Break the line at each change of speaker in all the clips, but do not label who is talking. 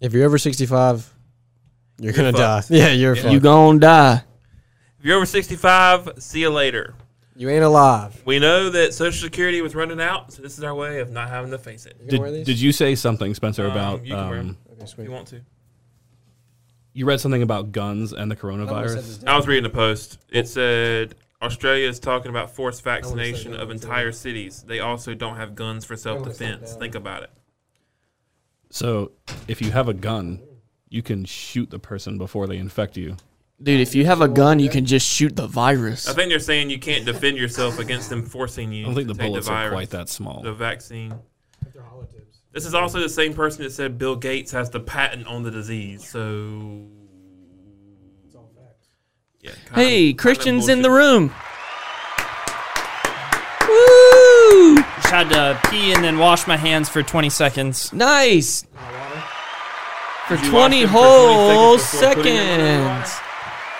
If you're over 65, you're,
You're
gonna die.
fucked.
Yeah, you're
Yeah.
fucked.
You gonna die.
If you're over 65, see you later.
You ain't alive.
We know that Social Security was running out, so this is our way of not having to face it.
You gonna
Did,
wear these?
did you say something, Spencer,
Um,
about
you can wear 'em.
um,
Okay,
If
sweet.
you want to.
you read something about guns and the coronavirus?
I was reading the post. It said Australia is talking about forced vaccination
that,
of
I wouldn't say
entire cities. They also don't have guns for self defense.
down.
Think about it.
So if you have a gun, you can shoot the person before they infect you.
Dude, if you have a gun, you can just shoot the
I
virus.
think they're saying you can't defend yourself against them forcing you.
I don't think
to
the
take
bullets
the
are
virus,
quite that small.
The vaccine. This is also the same person that said Bill Gates has the patent on the disease. So. Yeah, kinda-
Hey,
kinda
Christian's in the
bullshit.
room. Woo!
Just had to pee and then wash my hands for 20 seconds.
Nice. For
Did you wash
20
them for
whole
20 seconds before putting them in the water?
seconds.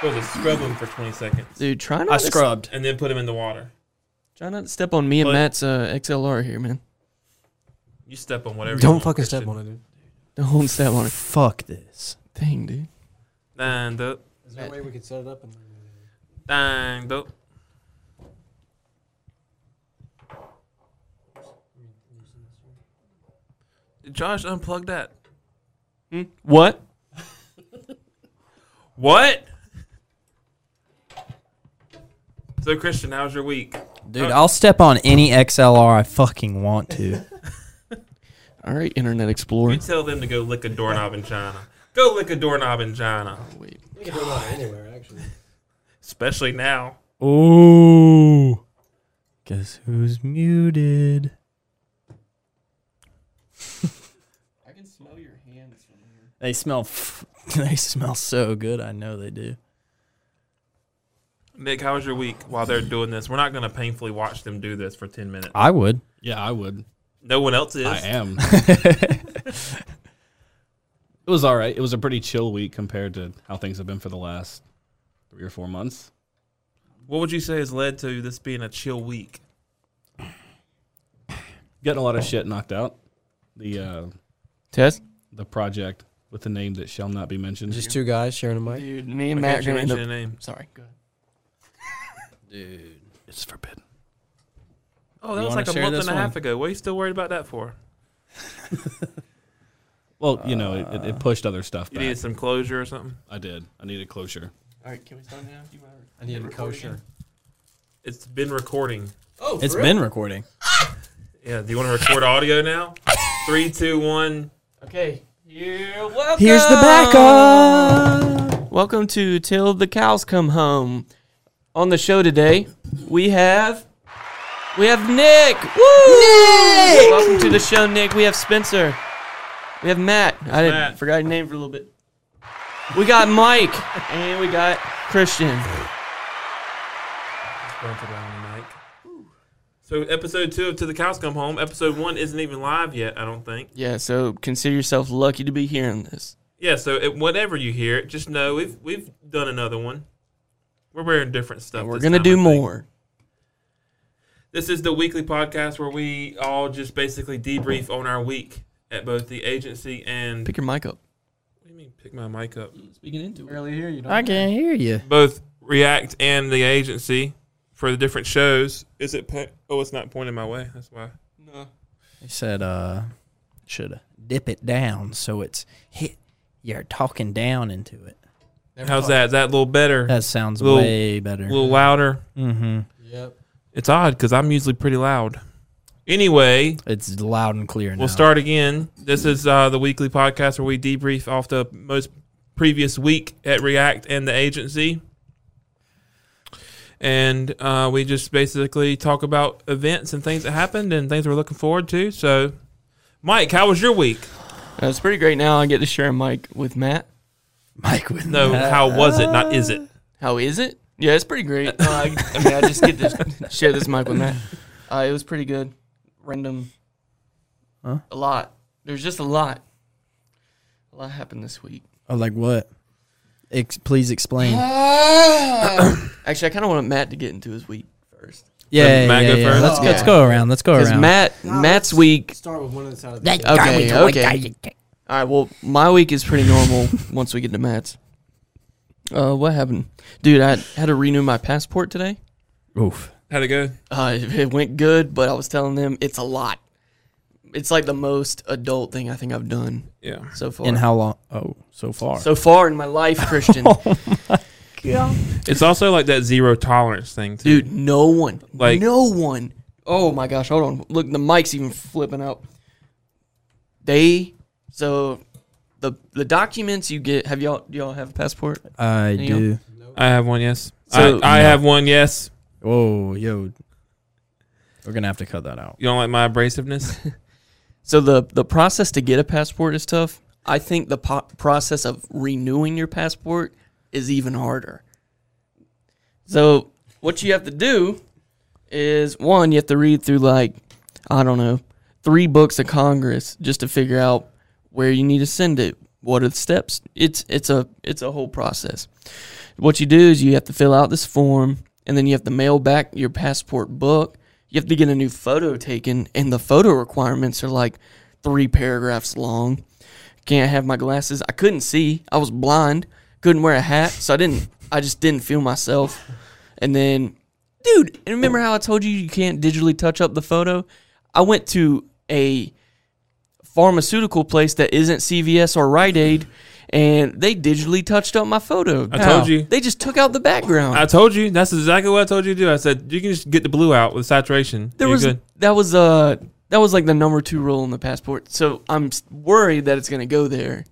Or was it scrub them for 20 seconds
Dude, try
I
not, to,
scrubbed.
and then put them in the water?
try not to step on me and
But-
Matt's uh, XLR here, man.
You step on whatever.
Don't fucking step on it, dude.
Don't step on it.
Fuck this.
Dang, dude.
Dang dope.
Is there a way we could set it up? And
Dang dope. Josh, unplug that.
Hmm? What?
What? So Christian, how's your week?
Dude, I'll step on any XLR I fucking want to.
All right, Internet
You
Explorer.
tell them to go lick a doorknob in China. Go lick a doorknob in China,
Wait.
we could do that anywhere, actually.
especially now.
Ooh. Guess who's muted?
I can smell your hands from here.
They smell. F- they smell so good. I know they do.
Nick, how was your week while they're doing this? We're not going to painfully watch them do this for 10 minutes.
I would.
Yeah, I would.
No one else is.
I am. it was all right. It was a pretty chill week compared to how things have been for the last three or four months.
What would you say has led to this being a chill week?
Getting a lot of shit knocked out. The uh,
Tess?
the project with the name that shall not be mentioned.
Just two guys sharing a mic.
Dude, me
I can't
and Matt
you
are going
mention
to
a
end up.
name.
Sorry, go ahead.
it's forbidden.
Oh, that
You
was
wanna
like a
share
month
this
and a half
one?
ago. What are you still worried about that for?
Well, you know, it- it, it pushed other stuff
You
back.
needed some closure or something?
I did. I needed closure.
All right, can we start now?
I need a kosher.
It's been recording.
Oh,
It's been recording.
Yeah, do you want to record audio now? Three, two, one.
Okay. Here, welcome.
Here's the
Uh,
backup.
Welcome to Till the Cows Come Home. On the show today, we have we have Nick. Woo! Nick! Welcome to the show, Nick. We have Spencer. We have Matt. I didn't,
Matt.
forgot your name for a little bit. We got Mike and we got Christian.
So episode two of To the Cows Come Home. Episode one isn't even live yet, I don't think.
Yeah, so consider yourself lucky to be hearing this.
Yeah, so it, whatever you hear, it, just know we've we've done another one. We're wearing different stuff.
And we're
this
gonna
time,
do
I think.
more.
This is the weekly podcast where we all just basically debrief on our week at both the agency and.
Pick your mic up.
what do you mean? Pick my mic up.
Speaking into it.
Barely hear you.
I can't hear you.
both React and the agency for the different shows. Is it? Po- oh, it's not pointing my way. That's why.
No.
They said, uh, should dip it down so it's hit. You're talking down into it.
How's that? Is that a little better?
That sounds
Little-
way
a
better.
little louder.
mm-hmm.
Yep.
It's odd because I'm usually pretty loud. Anyway,
It's loud and clear now.
we'll start again. This is uh, the weekly podcast where we debrief off the most previous week at React and the agency. And uh, we just basically talk about events and things that happened and things we're looking forward to. So, Mike, how was your week?
That's Uh, pretty great now. I get to share a mic with Matt.
Mike with
No, how was it? Not is it?
How is it? Yeah, it's pretty great. Uh, I, I mean, I just get to share this mic with Matt. Uh, it was pretty good. Random.
Huh?
A lot. There's just a lot. A lot happened this week.
Oh, like what? Ex- please explain. yeah,
Actually, I kind of want Matt to get into his week first.
yeah,
Matt
yeah,
go
yeah.
first?
Let's,
Oh.
let's go around. Let's go
Because
around.
Matt, Matt's week.
Start with one of the side of the
Okay, okay. All right. Well, my week is pretty normal once we get to Matt's. Uh, what happened, dude? I had to renew my passport today.
Oof.
How'd it go?
Uh, it went good, but I was telling them it's a lot. It's like the most adult thing I think I've done
Yeah.
so far.
And how long? Oh, so far.
so far in my life, Christian,
It's also like that zero tolerance thing, too.
dude, no one,
Like-
no one. Oh my gosh, hold on. Look, the mic's even flipping out. They so the the documents you get. Have y'all do y'all have a passport?
I
Hang on.
do.
I have one, yes.
So-
I, I
No.
have one, yes.
Whoa, yo. We're gonna have to cut that out.
You don't like my abrasiveness?
So the the process to get a passport is tough. I think the po- process of renewing your passport is even harder. So what you have to do is one, you have to read through like I don't know three books of Congress just to figure out where you need to send it. What are the steps? It's it's a it's a whole process. What you do is you have to fill out this form and then you have to mail back your passport book. You have to get a new photo taken and the photo requirements are like three paragraphs long. Can't have my glasses. I couldn't see. I was blind. Couldn't wear a hat, so I didn't I just didn't feel myself. And then dude, and remember how I told you you can't digitally touch up the photo? I went to a pharmaceutical place that isn't CVS or Rite Aid, and they digitally touched up my photo.
I told you.
They just took out the background.
I told you. That's exactly what I told you to do. I said, you can just get the blue out with saturation.
there
You're
was
good.
that was uh that was like the number two rule in the passport. So I'm s- worried that it's gonna go there,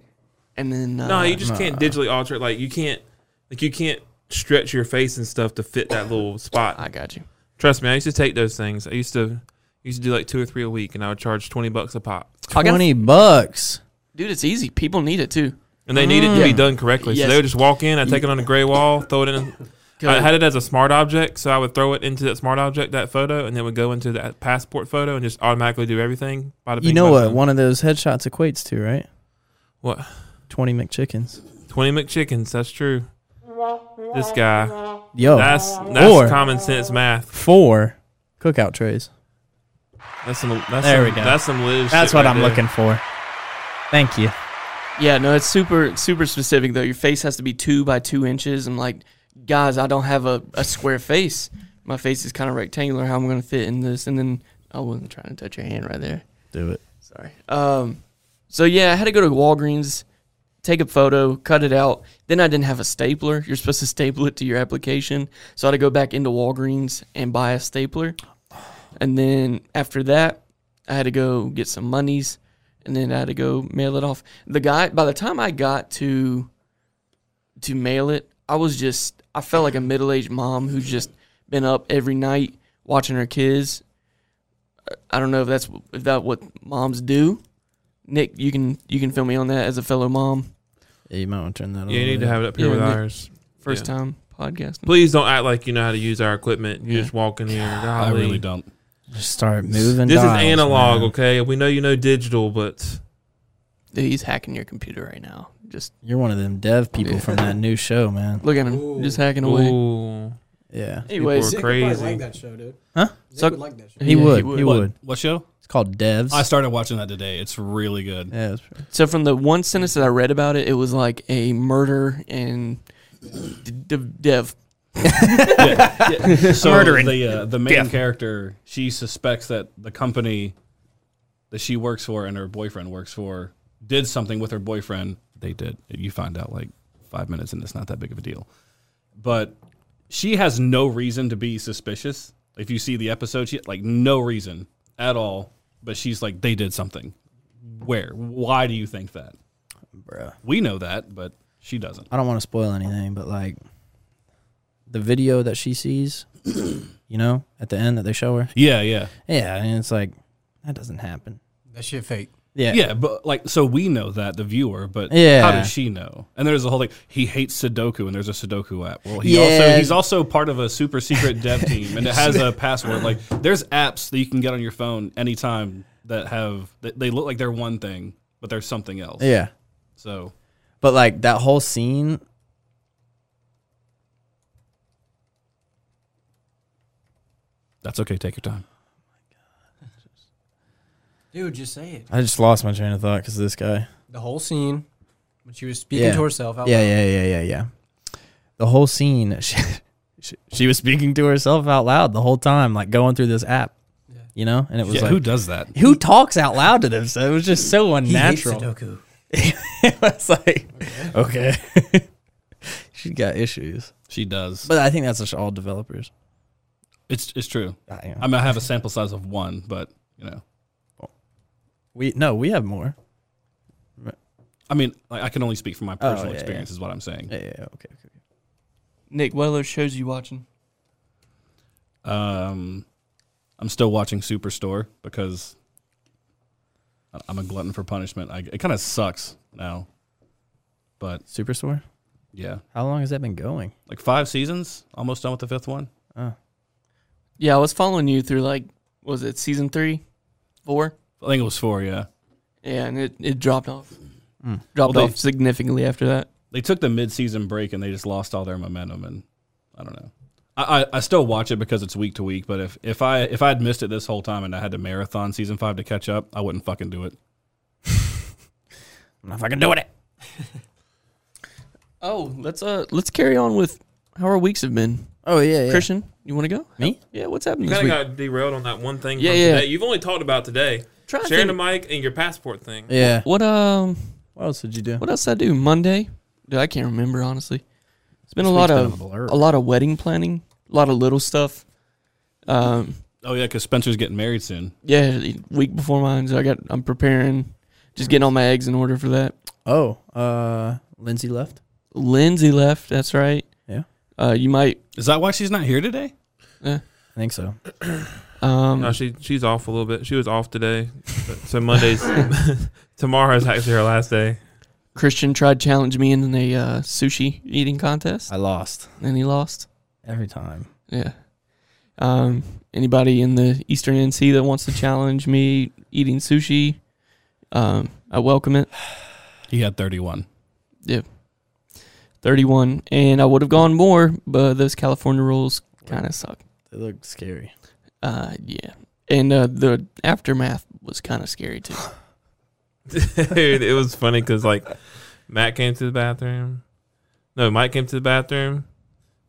and then uh,
No, you just can't digitally alter it. Like, you can't, like, you can't stretch your face and stuff to fit that little spot.
I got you.
Trust me, I used to take those things. I used to used to do like two or three a week, and I would charge twenty bucks a pop.
I got-
Twenty bucks.
Dude, it's easy. People need it too.
And they needed to be done correctly, so
Mm. Yes.
they would just walk in. I would take it on a gray wall, throw it in. I had it as a smart object, so I would throw it into that smart object, that photo, and then would go into that passport photo and just automatically do everything. Bada
You
bing,
know
bada
what
boom.
one of those headshots equates to, right?
What?
Twenty McChickens.
Twenty McChickens. That's true. This guy.
Oh.
Yo,
That's that's
Or-
common sense math.
four cookout trays.
That's some. That's
There
some,
we go.
That's some Liz.
That's
shit
what
right
I'm
there.
looking for. Thank you.
Yeah, no, it's super super specific though. Your face has to be two by two inches. I'm like, guys, I don't have a, a square face. My face is kind of rectangular. How am I gonna fit in this? And then oh, I wasn't trying to touch your hand right there.
Do it.
Sorry. Um, so yeah, I had to go to Walgreens, take a photo, cut it out. Then I didn't have a stapler. You're supposed to staple it to your application, so I had to go back into Walgreens and buy a stapler. And then after that, I had to go get some monies, and then I had to go mail it off. The guy, by the time I got to to mail it, I was just I felt like a middle aged mom who's just been up every night watching her kids. I don't know if that's if that what moms do. Nick, you can you can feel me on that as a fellow mom,
Yeah, you might want to turn that on.
You need to have it up here
Yeah,
with
Nick.
ours.
first
Yeah.
time podcast.
Please don't act like you know how to use our equipment. You
Yeah.
just walk in here.
I
golly.
really don't.
Just start moving.
This
dials,
is analog,
man.
okay? We know you know digital, but
Dude, he's hacking your computer right now. Just
You're one of them dev people from that new show, man.
look at him,
Ooh.
just hacking away.
ooh,
Yeah.
Anyways,
People
Nick would probably
crazy.
like that show, dude.
Huh?
Nick
So-
would like that show.
Yeah,
He
he
would. He
would.
would.
What, what show?
It's called devs.
I started watching that today. It's really good.
yeah, it's
so from the one sentence that I read about it, it was like a murder and d- d- dev.
So
Murdering.
the uh, the main
Death.
character, she suspects that the company that she works for and her boyfriend works for did something with her boyfriend. They did. You find out like five minutes, and it's not that big of a deal. But she has no reason to be suspicious. If you see the episode, she like no reason at all. But she's like, they did something. Where? Why do you think that?
bruh.
We know that, but she doesn't.
I don't want to spoil anything, but like the video that she sees, you know, at the end that they show her.
Yeah, yeah.
Yeah, and it's like that doesn't happen.
That shit fake.
Yeah.
Yeah, but like, so we know that the viewer, but how
Yeah.
does she know? And there's a whole like he hates Sudoku, and there's a Sudoku app. Well, he also
Yeah.
he's also part of a super secret dev team, and it has a password. Like, there's apps that you can get on your phone anytime that have that they look like they're one thing, but they're something else.
Yeah.
So
But like that whole scene
that's okay. Take your time.
Dude, just say it.
I just lost my train of thought because this guy.
The whole scene when she was speaking
Yeah.
to herself. Out
Yeah,
loud.
yeah, yeah, yeah, yeah. The whole scene, she, she, she was speaking to herself out loud the whole time, like going through this app,
Yeah.
you know. And it was
Yeah,
like,
who
who,
does that?
talks out loud to this? It was just so
He hates
unnatural.
Sudoku.
it was like, okay, she's got issues,
She does.
but I think that's just all developers.
It's it's true.
I, you know.
I mean, I have a sample size of one, but you know,
we no, we have more.
I mean, like, I can only speak from my personal
Oh, yeah, yeah.
experience, is what I'm saying.
Yeah, yeah, yeah, okay, okay.
Nick, what other shows you watching?
Um, I'm still watching Superstore because I- I'm a glutton for punishment. I, it kind of sucks now, but
Superstore.
yeah,
How long has that been going?
like five seasons, almost done with the fifth one.
Yeah, I was following you through like, what was it season three, four?
I think it was four. Yeah,
Yeah, and it, it dropped off.
Mm.
Dropped
Well, they-
off significantly after that.
they took the mid-season break and they just lost all their momentum and i don't know I, I, I still watch it because it's week to week but if, if i if i'd missed it this whole time and i had to marathon season five to catch up i wouldn't fucking do it
I'm not fucking doing it.
Oh, let's uh let's carry on with how our weeks have been.
Oh yeah, yeah.
Christian, you want to go?
Me?
Yeah. What's happening
You
this
kind of
week?
got derailed on that one thing.
Yeah,
from
yeah.
Today. You've only talked about today
Try to
sharing the
think-
mic and your passport thing.
Yeah.
What um
What else did you do?
what else did I do? Monday? Dude, I can't remember honestly. It's been a
This
lot
week's
of
been a blur.
a lot of wedding planning, a lot of little stuff. Um,
oh yeah because spencer's getting married soon
yeah, the week before mine, so I got I'm preparing, just getting all my eggs in order for that.
Oh, uh, Lindsay left.
Lindsay left. That's right.
Yeah.
Uh, you might.
is that why she's not here today
I think so.
Um,
No, she she's off a little bit. She was off today, but, so Monday's tomorrow's actually her last day.
Christian tried to challenge me in a uh, sushi eating contest,
I lost
and he lost.
every time.
Yeah. Um, anybody in the Eastern NC that wants to challenge me eating sushi, um, I welcome it.
he had 31
Thirty-one, and I would have gone more, but those California rules kind of suck.
They look scary.
Uh, yeah, and uh, the aftermath was kind of scary too.
Dude, it was funny because like Matt came to the bathroom. No, Mike came to the bathroom,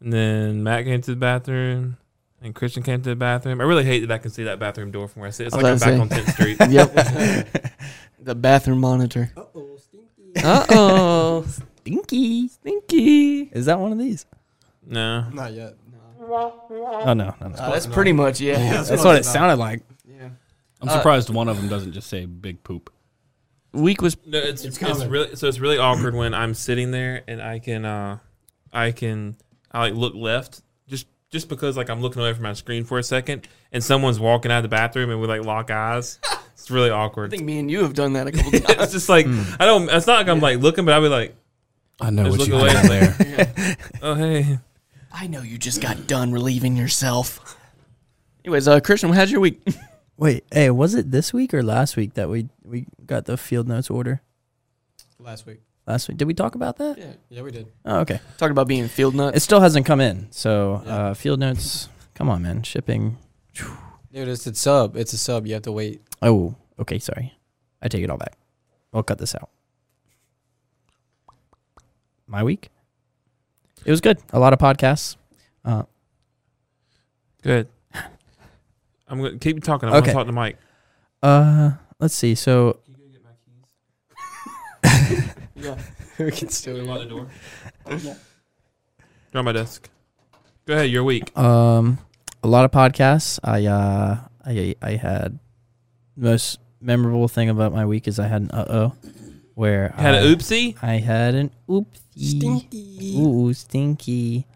and then Matt came to the bathroom, and Christian came to the bathroom. I really hate that I can see that bathroom door from where I sit. It's
I
like
was
I'm back on
gonna
10th Street.
yep. the bathroom monitor.
Uh-oh, stinky.
Uh oh,
Stinky.
stinky.
Is that one of these?
No,
Not yet.
Oh no, no, no.
Uh, that's pretty much yeah.
that's, what it sounded like.
yeah.
i'm
Uh,
surprised one of them doesn't just say big poop
Week was
no, it's
It's
it's,
common.
really so it's really awkward when I'm sitting there and I can uh I can I like look left just just because like I'm looking away from my screen for a second and someone's walking out of the bathroom and we like lock eyes. It's really
I
awkward.
think Hmm. me and you have done that a couple times.
it's just like I don't. It's not like I'm like looking, but I'll be like,
i know
Just
what you
look away.
did there
oh hey.
I know you just got done relieving yourself. Anyways, uh, Christian, how's your week?
Wait, hey, was it this week or last week that we we got the field notes order?
Last week.
Last week, did we talk about that?
yeah.
Yeah, we did.
Oh, okay.
Talking about being field
It
nuts.
still hasn't come in. So
Yeah.
uh, field notes, come on, man. Shipping.
Dude, it's a sub. It's a sub. You have to wait.
Oh, okay. Sorry, I take it all back. I'll cut this out. My week. It was good. A lot of podcasts. Uh,
Good. I'm gonna keep talking. I
Okay.
want to talk to Mike.
uh, let's see. So
Yeah.
we can still
By the door. You're on my desk. Go ahead. Your week.
Um, a lot of podcasts. I uh, I I had the most memorable thing about my week is I had an uh oh, where
Had
I,
an oopsie.
I had an oopsie.
Stinky.
Ooh, stinky.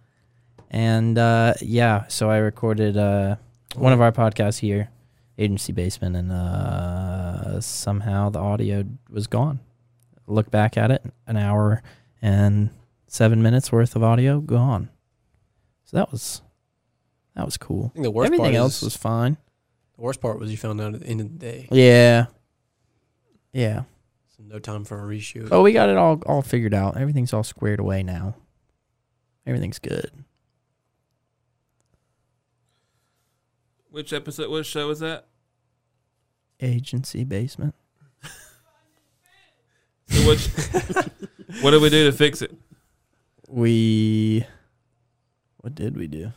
And uh, yeah, so I recorded uh, one of our podcasts here, Agency Basement, and uh, somehow the audio was gone. Look back at it, an hour and seven minutes worth of audio gone. So that was that was cool.
I think the worst
Everything
part is-
else was fine.
The worst part was you found out at the end of the day.
Yeah, yeah.
So no time for a reshoot.
Oh, we got it all all figured out. Everything's all squared away now. Everything's good.
Which episode? What show was that?
Agency basement.
So what, what did we do to fix it?
We. What did we do?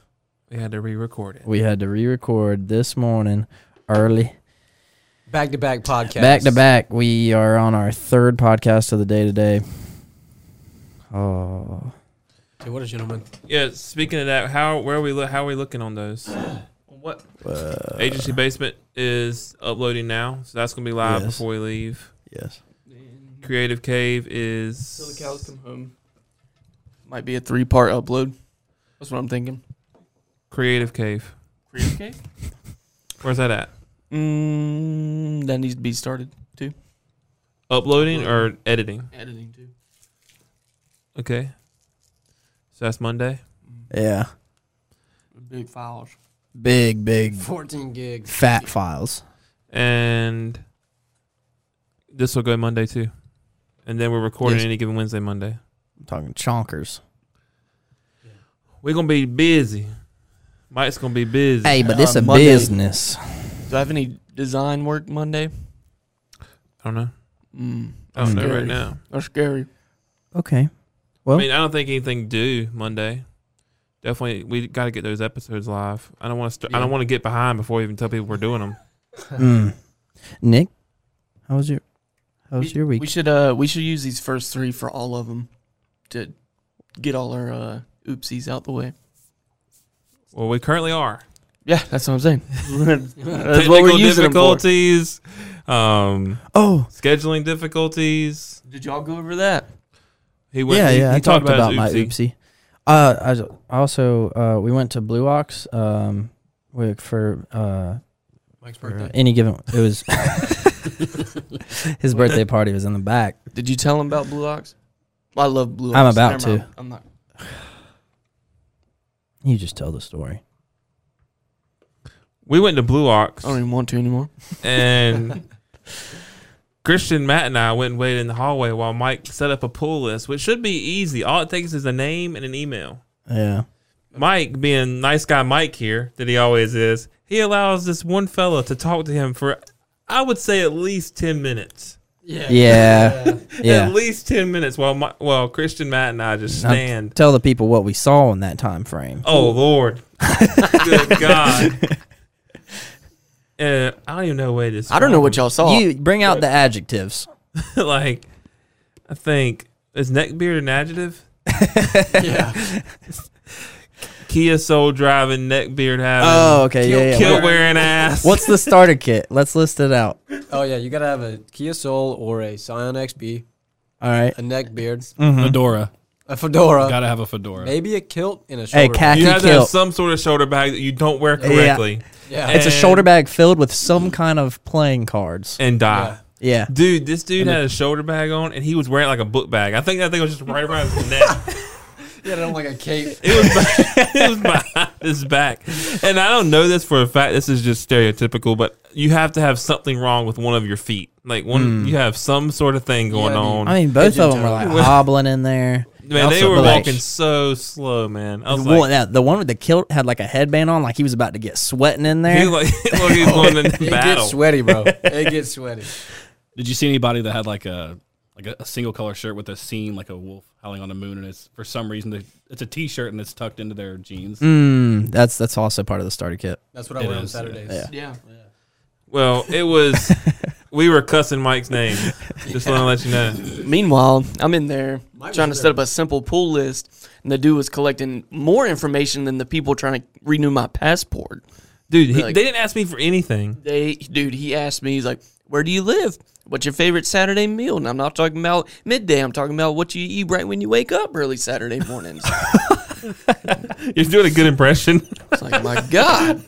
We had to re-record it.
We had to re record this morning early.
Back to back podcast.
Back to back. We are on our third podcast of the day today. Oh.
Hey, what a gentleman.
Yeah. Speaking of that, how where are we lo- how are we looking on those?
What?
uh,
Agency Basement is uploading now, so that's gonna be live
Yes.
before we leave.
Yes.
Creative Cave is
Till the cows come home. Might be a three part upload. That's what I'm thinking.
Creative Cave.
Okay.
Where's that at?
Mm, that needs to be started.
Uploading or editing?
Editing too.
Okay. So that's Monday.
Yeah.
Big files.
Big, big,
14 gigs.
fat files.
and this will go Monday too. And then we're recording
Yes.
any given Wednesday, Monday.
I'm talking chonkers.
We're gonna be busy. Mike's gonna be busy.
Hey, but this
Uh,
a
Monday.
business.
Do I have any design work Monday?
I don't know.
Mm,
I don't know
Scary.
right now.
that's scary.
Okay.
I
Well-
mean, I don't think anything due Monday. Definitely, we got to get those episodes live. I don't want to. St- I don't want to get behind before we even tell people we're doing them.
Mm. Nick, how was your how was
we,
your
We
week?
should uh we should use these first three for all of them to get all our uh, oopsies out the way.
Well, we currently are.
Yeah, that's what I'm saying. that's
Technical
what we're using them for.
difficulties, um,
Oh,
scheduling difficulties.
Did y'all go over that?
He went.
yeah,
he,
yeah.
he
I talked about,
his
my
oopsie.
oopsie. Uh, I was- also uh, we went to Blue Ox um we- for uh
Mike's
for
birthday.
any given it was his birthday party was in the back.
Did you tell him about Blue Ox? I love Blue Ox.
I'm about
Never mind. I'm not.
You just tell the story.
We went to Blue Ox.
I don't even want to anymore.
and Christian, Matt, and I went and waited in the hallway while Mike set up a pull list, which should be easy. All it takes is a name and an email.
Yeah.
Mike, being nice guy Mike here that he always is, he allows this one fella to talk to him for, I would say, at least ten minutes.
Yeah.
Yeah.
At
Yeah.
least ten minutes. While my, while Christian, Matt, and I just
Now,
stand.
Tell the people what we saw in that time frame.
Oh Lord, good God. Uh, I don't even know where this.
I don't know what y'all saw.
You bring out the adjectives.
Um, like I think is neckbeard an adjective?
yeah.
Kia Soul driving, neckbeard having,
Oh, okay. Yeah, yeah.
kilt wearing ass.
What's the starter kit? Let's list it out.
Oh, yeah. You got to have a Kia Soul or a Scion XB,
All right.
a neck beard,
Mm-hmm.
Fedora.
a fedora,
Gotta have a fedora.
Uh, maybe a kilt, and a shoulder.
Hey,
bag.
khaki
You have to have
kilt.
some sort of shoulder bag that you don't wear
Yeah.
correctly
Yeah.
It's a
and-
shoulder bag filled with some kind of playing cards.
and
Yeah.
die.
Yeah.
Dude, this dude had a shoulder bag on and he was wearing like a book bag. I think that thing was just right around his neck.
Yeah, they don't like a cape.
It was, behind, it was behind his back. And I don't know this for a fact. This is just stereotypical, but you have to have something wrong with one of your feet. Like one, you have some sort of thing going
Yeah, I mean-
on.
I mean, both of them were like
Pigeon-toed.
hobbling in there.
Man, they
Also,
were
but, like,
walking so slow, man. I was
the, one,
like,
that- the one with the kilt had like a headband on, like he was about to get sweating in
he
there.
like, look, he's going into
It
battle.
gets sweaty, bro. It gets sweaty.
Did you see anybody that had like a like a, a single color shirt with a seam like a wolf howling on the moon and it's for some reason they, it's a t-shirt and it's tucked into their jeans.
Mm, that's that's also part of the starter kit.
That's what I
It
wear on
is, yeah.
Saturdays.
Yeah.
yeah.
Well, it was. we were cussing Mike's name. Just want to let you know.
Meanwhile, I'm in there
Mine was
trying to
there.
set up a simple pull list, and the dude was collecting more information than the people trying to renew my passport.
Dude, he,
Like-
they didn't ask me for anything.
They, dude, he asked me, he's like, "Where do you live? What's your favorite Saturday meal?" And I'm not talking about midday. I'm talking about what you eat right when you wake up early Saturday mornings.
You're doing a good impression.
it's like, my God,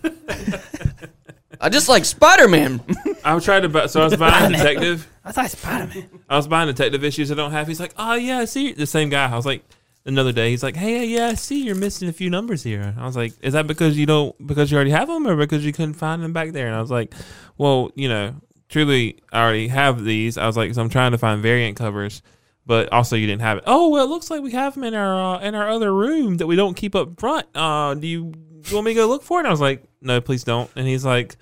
I just like Spider Man.
I tried to buy, so I was buying detective.
I thought Spider Man.
I was buying detective issues I don't have. He's like, oh yeah, I see. you-" The same guy. I was like, another day. He's like, hey, yeah, I see you're missing a few numbers here. I was like, is that because you don't because you already have them or because you couldn't find them back there? And I was like, well, you know, truly, I already have these. I was like, so I'm trying to find variant covers. But also, you didn't have it. Oh well, it looks like we have them in our uh, in our other room that we don't keep up front. Uh, do you, do you want me to go look for it? And I was like, no, please don't. And he's like,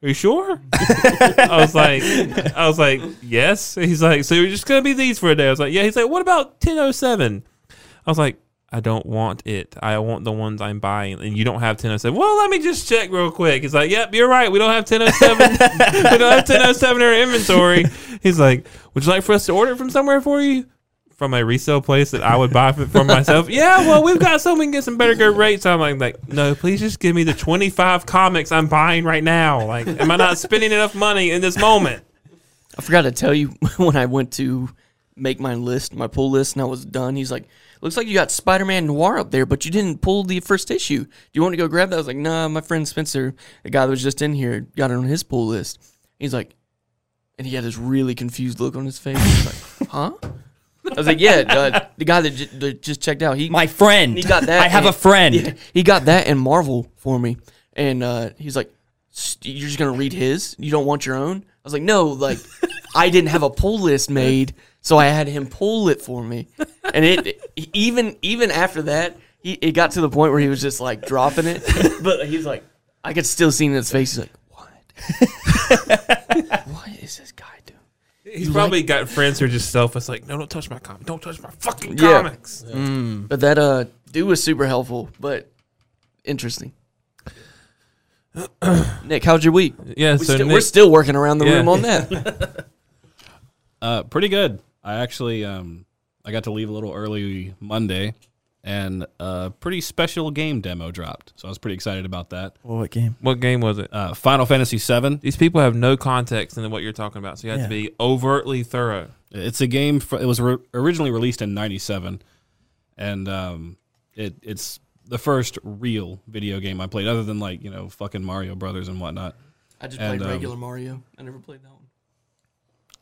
Are you sure? I was like, I was like, yes. He's like, so you're just gonna be these for a day. I was like, yeah. He's like, what about ten oh seven? I was like, I don't want it. I want the ones I'm buying, and you don't have ten oh seven. Well, let me just check real quick. He's like, yep, you're right. We don't have ten oh seven. We don't have ten oh seven in our inventory. He's like, would you like for us to order it from somewhere for you? From a resale place that I would buy it for myself. yeah, well, we've got some we can get some better good rates. I'm like, like, no, please just give me the 25 comics I'm buying right now. Like, am I not spending enough money in this moment?
I forgot to tell you when I went to make my list, my pull list, and I was done. He's like, "Looks like you got Spider-Man Noir up there, but you didn't pull the first issue. Do you want to go grab that?" I was like, "Nah, my friend Spencer, the guy that was just in here, got it on his pull list." He's like, and he had this really confused look on his face. He's like, "Huh?" I was like, "Yeah, uh, the guy that, j- that just checked out. He
My friend.
He got that.
I have a
and-
friend.
Yeah, he got that and Marvel for me, and uh, he's like, "S- "You're just gonna read his? You don't want your own?" I was like, "No, like, I didn't have a pull list made, so I had him pull it for me." And it even even after that, he it got to the point where he was just like dropping it, but he's like, I could still see in his face. He's like, "What? what is this guy doing?"
He's probably got friends who are just selfless, like, no, don't touch my comic. Don't touch my fucking
Yeah.
comics.
But that uh, dude was super helpful, but interesting. Nick, how'd your week?
Yeah,
We
so
still,
Nick,
we're still working around the
Yeah.
room on that.
Uh, pretty good. I actually um, I got to leave a little early Monday, and a pretty special game demo dropped. So I was pretty excited about that.
What game?
what game was it?
Uh, Final Fantasy VII.
These people have no context into what you're talking about, so you have
Yeah.
to be overtly thorough.
It's a game. Fr- it was re- originally released in '97, and um, it it's the first real video game I played, other than like you know fucking Mario Brothers and whatnot.
I just
And,
played
um,
regular Mario. I never played that one.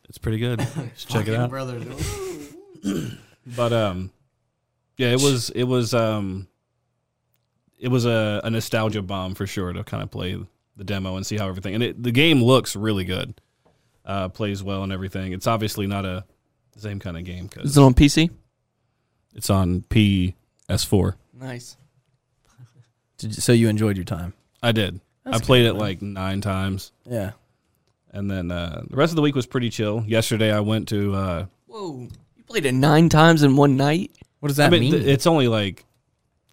It's pretty good. Just check it out.
Brothers.
But um, yeah, it was it was um, it was a, a nostalgia bomb for sure to kind of play the demo and see how everything and it, the game looks really good, uh, plays well and everything. It's obviously not a the same kind of game
Is
because
it on PC?
it's on PS4.
Nice.
So you enjoyed your time?
I did.
That's
I played
good,
it
man.
like nine times,
Yeah.
and then uh, the rest of the week was pretty chill. Yesterday I went to. Uh,
Whoa. You played it nine times in one night?
What does that
I mean,
mean?
th- it's only like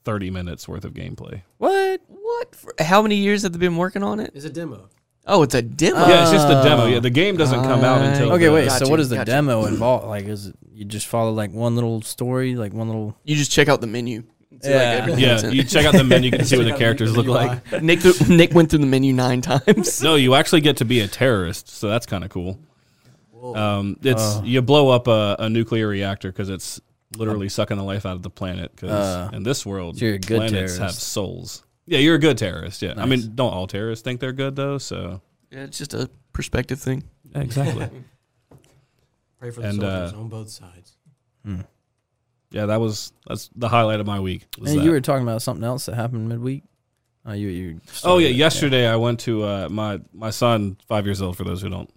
thirty minutes worth of gameplay.
What? What? For, how many years have they been working on it?
It's a demo.
Oh, it's a demo.
yeah, it's just the demo.
Oh.
Yeah, the game doesn't come out until
okay,
the-
wait.
Gotcha,
so what does the
gotcha.
demo involve? Like, is it, you just follow like one little story, like one little?
You just check out the menu. See,
Yeah.
like, everything that's
Yeah,
in
you
it.
check out the menu, you can see what the characters look like.
Nick, th- Nick went through the menu nine times.
No, you actually get to be a terrorist, so that's kind of cool.
Uh,
Um, it's
Oh.
you blow up a, a nuclear reactor because it's literally sucking the life out of the planet. Because
Uh,
in this world,
so you're a good
planets
terrorist.
have souls. Yeah, you're a good terrorist. Yeah, I
Nice.
mean, don't all terrorists think they're good though? So
Yeah, it's just a perspective thing.
exactly.
Pray for the
And, uh,
soldiers on both sides.
hmm.
yeah, that was that's the highlight of my week. was
Hey,
that.
you were talking about something else that happened midweek. Oh, you you.
Oh
started
yeah,
it,
yesterday I went to uh, my my son, five years old. For those who don't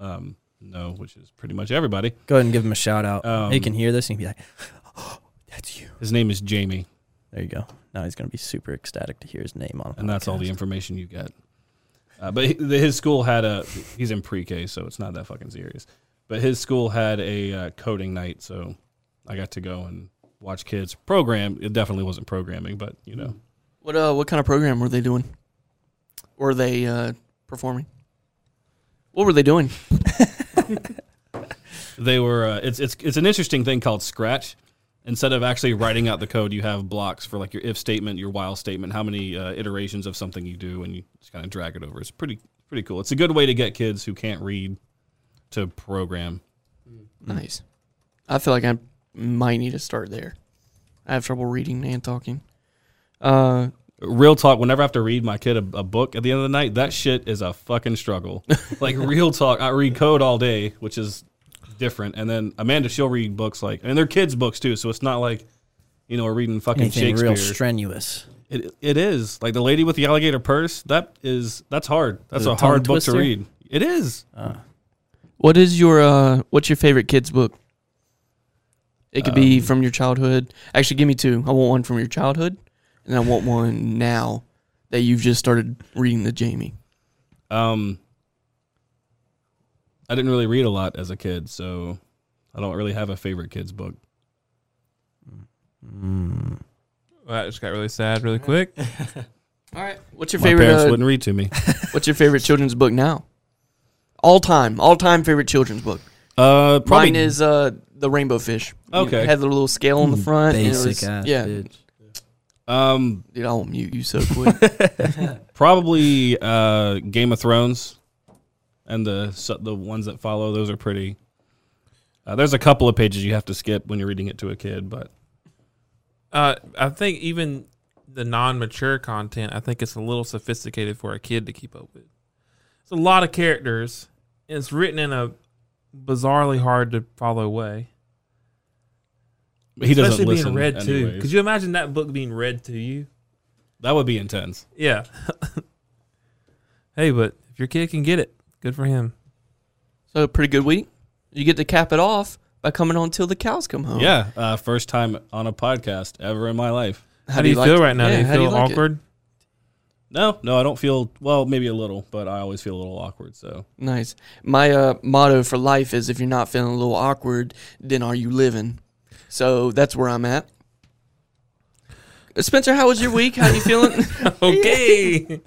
um, know, which is pretty much everybody.
Go ahead and give him a shout out. he
Um,
can hear this and he can be like, "That's you."
His name is Jamie,
There you go. Now he's gonna be super ecstatic to hear his name on. a
and that's all the
podcast.
information you get. Uh, but hi- his school had a. He's in pre-K, so it's not that fucking serious. But his school had a uh, coding night, so I got to go and watch kids program. It definitely wasn't programming, but you know,
What uh, what kind of program were they doing? Were they uh, performing? What were they doing?
they were. Uh, it's it's it's an interesting thing called Scratch. Instead of actually writing out the code, you have blocks for like your if statement, your while statement, how many uh, iterations of something you do, and you just kind of drag it over. It's pretty pretty cool. It's a good way to get kids who can't read to program.
Nice. I feel like I might need to start there. I have trouble reading and talking. Uh,
real talk whenever i have to read my kid a, a book at the end of the night that shit is a fucking struggle like real talk i read code all day which is different and then amanda she'll read books like and they're kids books too so it's not like you know we're reading fucking
Anything
shakespeare
real strenuous.
it, it is like the lady with the alligator purse that is that's hard that's
The
a hard book
tongue twister?
to read it is
Uh,
what is your uh, what's your favorite kids book? It could
Um,
be from your childhood. Actually, give me two. I want one from your childhood, and I want one now that you've just started reading the Jamie.
Um, I didn't really read a lot as a kid, so I don't really have a favorite kids book.
Well, that just got really sad really quick.
All right. What's your
My
favorite?
parents
uh,
wouldn't read to me.
what's your favorite children's book now? All time, all time favorite children's book.
Uh, probably
Mine is uh, the Rainbow Fish.
Okay. Mm.
It had the little scale on the front. and it
Basic
was-
ass
Yeah,
bitch.
um
dude, I'll mute you so quick.
probably uh Game of Thrones, and the so- the ones that follow. Those are pretty. Uh, there's a couple of pages you have to skip when you're reading it to a kid, but
Uh, I think even the non-mature content, I think it's a little sophisticated for a kid to keep up with. It's a lot of characters, and it's written in a bizarrely hard to follow way.
he doesn't
Especially being
listen.
read to.
anyways.
Could you imagine that book being read to you?
that would be intense.
Yeah. hey, but if your kid can get it, good for him.
so pretty good week. You get to cap it off by coming on till the cows come
Oh.
home.
Yeah, uh, first time on a podcast ever in my life.
How, do you,
like
feel
it?
right now?
Yeah,
do you
how
feel
like it?
awkward?
No, no, I don't feel well. Maybe a little, but I always feel a little awkward. So
Nice. My uh, motto for life is if you're not feeling a little awkward, then are you living? So that's where I'm at. Uh, Spencer, how was your week? How you feeling?
okay.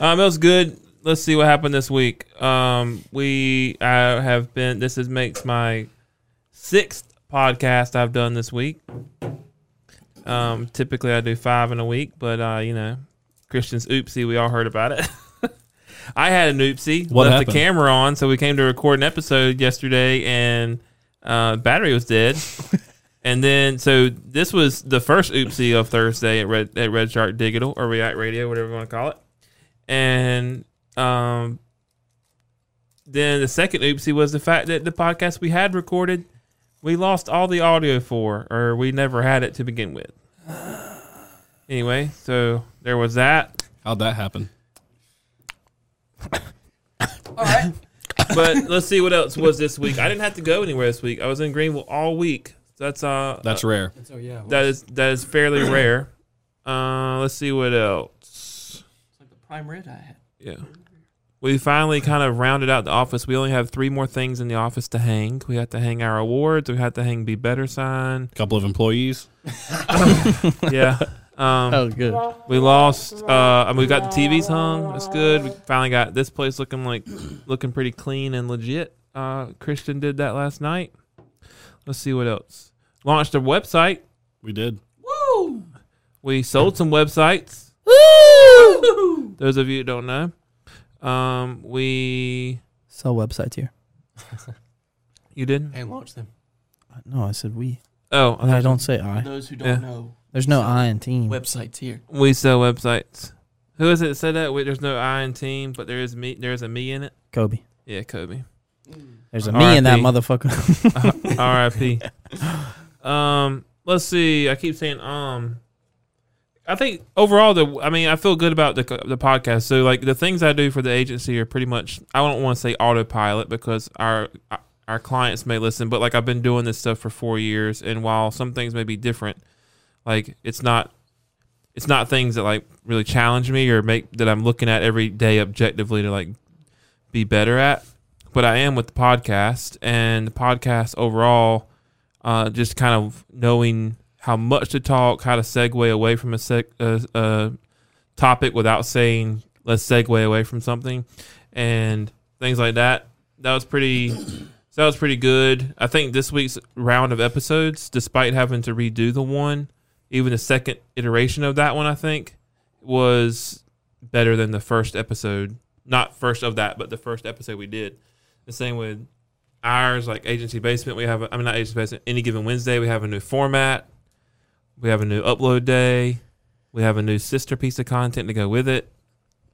um, it was good. Let's see what happened this week. Um, we I have been. This is makes my sixth podcast I've done this week. Um, typically I do five in a week, but uh, you know, Christian's oopsie. We all heard about it. I had an oopsie.
What
left the
happened?
camera on, so we came to record an episode yesterday, and uh, battery was dead. And then, so this was the first oopsie of Thursday at Red at Red Shark Digital or React Radio, whatever you want to call it. And um, then the second oopsie was the fact that the podcast we had recorded, we lost all the audio for, or we never had it to begin with. Anyway, so there was that.
how'd that happen?
But let's see what else was this week. I didn't have to go anywhere this week. I was in Greenville all week. That's uh,
That's rare.
Oh yeah.
that is that is fairly rare. Uh, let's see what else.
like the prime red I had.
Yeah. We finally kind of rounded out the office. We only have three more things in the office to hang. We have to hang our awards. We have to hang Be Better sign.
A couple of employees.
Yeah. Um,
Oh, good.
We lost. Uh, and we got the TVs hung. That's good. We finally got this place looking like looking pretty clean and legit. Uh, Christian did that last night. Let's see what else. Launched a website.
We did.
We sold some websites. Those of you who don't know, um, we
Sell websites here.
you did.
and launch them.
Uh, No, I said we.
Oh, I
I don't say I.
Those who don't
Yeah.
know,
There's no I in team.
websites here.
We sell websites. Who is it that said that? Wait, there's no I in team, but there is me. There is a me in it.
Kobe.
Yeah, Kobe.
There's a me in that
RIP.
motherfucker.
R.I.P. um, let's see. I keep saying um. I think overall, the I mean, I feel good about the co- the podcast. So like the things I do for the agency are pretty much. I don't want to say autopilot because our our clients may listen, but like I've been doing this stuff for four years, and while some things may be different, like it's not. It's not things that like really challenge me or make that I'm looking at every day objectively to like be better at but I am with the podcast and the podcast overall, uh, just kind of knowing how much to talk, how to segue away from a sec, uh, uh, topic without saying let's segue away from something, and things like that. That was pretty. That was pretty good. I think this week's round of episodes, despite having to redo the one, even the second iteration of that one, I think was better than the first episode. Not first of that, but the first episode we did. The same with ours, like agency basement. We have, a, I mean, not agency basement. Any given Wednesday, we have a new format. We have a new upload day. We have a new sister piece of content to go with it.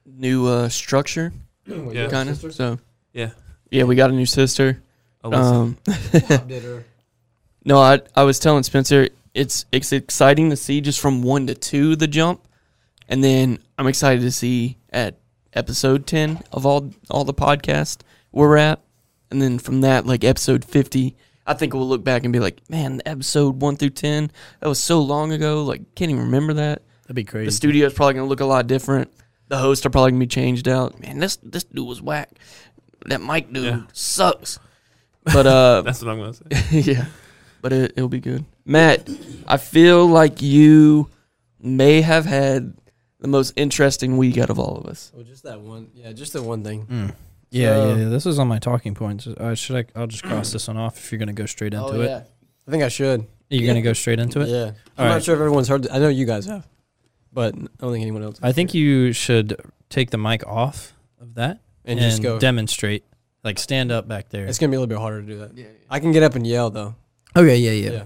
New uh, structure,
Yeah.
kind of. So
Yeah. Oh,
yeah, we got a new sister.
Alyssa.
Um, No, I I was telling Spencer it's it's exciting to see just from one to two the jump, and then I'm excited to see at episode ten of all all the podcast we're at, and then from that like episode fifty, I think we'll look back and be like, man, episode one through ten that was so long ago, like can't even remember that.
That'd be crazy.
The studio's probably gonna look a lot different. The the hosts are probably gonna be changed out. Man, this this dude was whack. That Mike dude
Yeah.
sucks. But uh,
That's what I'm gonna say.
yeah, but it, it'll be good. Matt, I feel like you may have had the most interesting week out of all of us.
Oh, just that one. Yeah, just that one thing.
Mm. Yeah,
So-
yeah, yeah. This is on my talking points. Uh, should I? I'll just cross this one off. If you're gonna go straight into
oh,
it,
yeah. I think I should.
you're gonna go straight into it.
Yeah. I'm
All
not
right.
sure if everyone's heard. I know you guys have, but I don't think anyone else.
I think you should take the mic off of that
and, just go.
demonstrate. Like stand up back there.
It's gonna be a little bit harder to do that. I can get up and yell though.
Okay, yeah, yeah.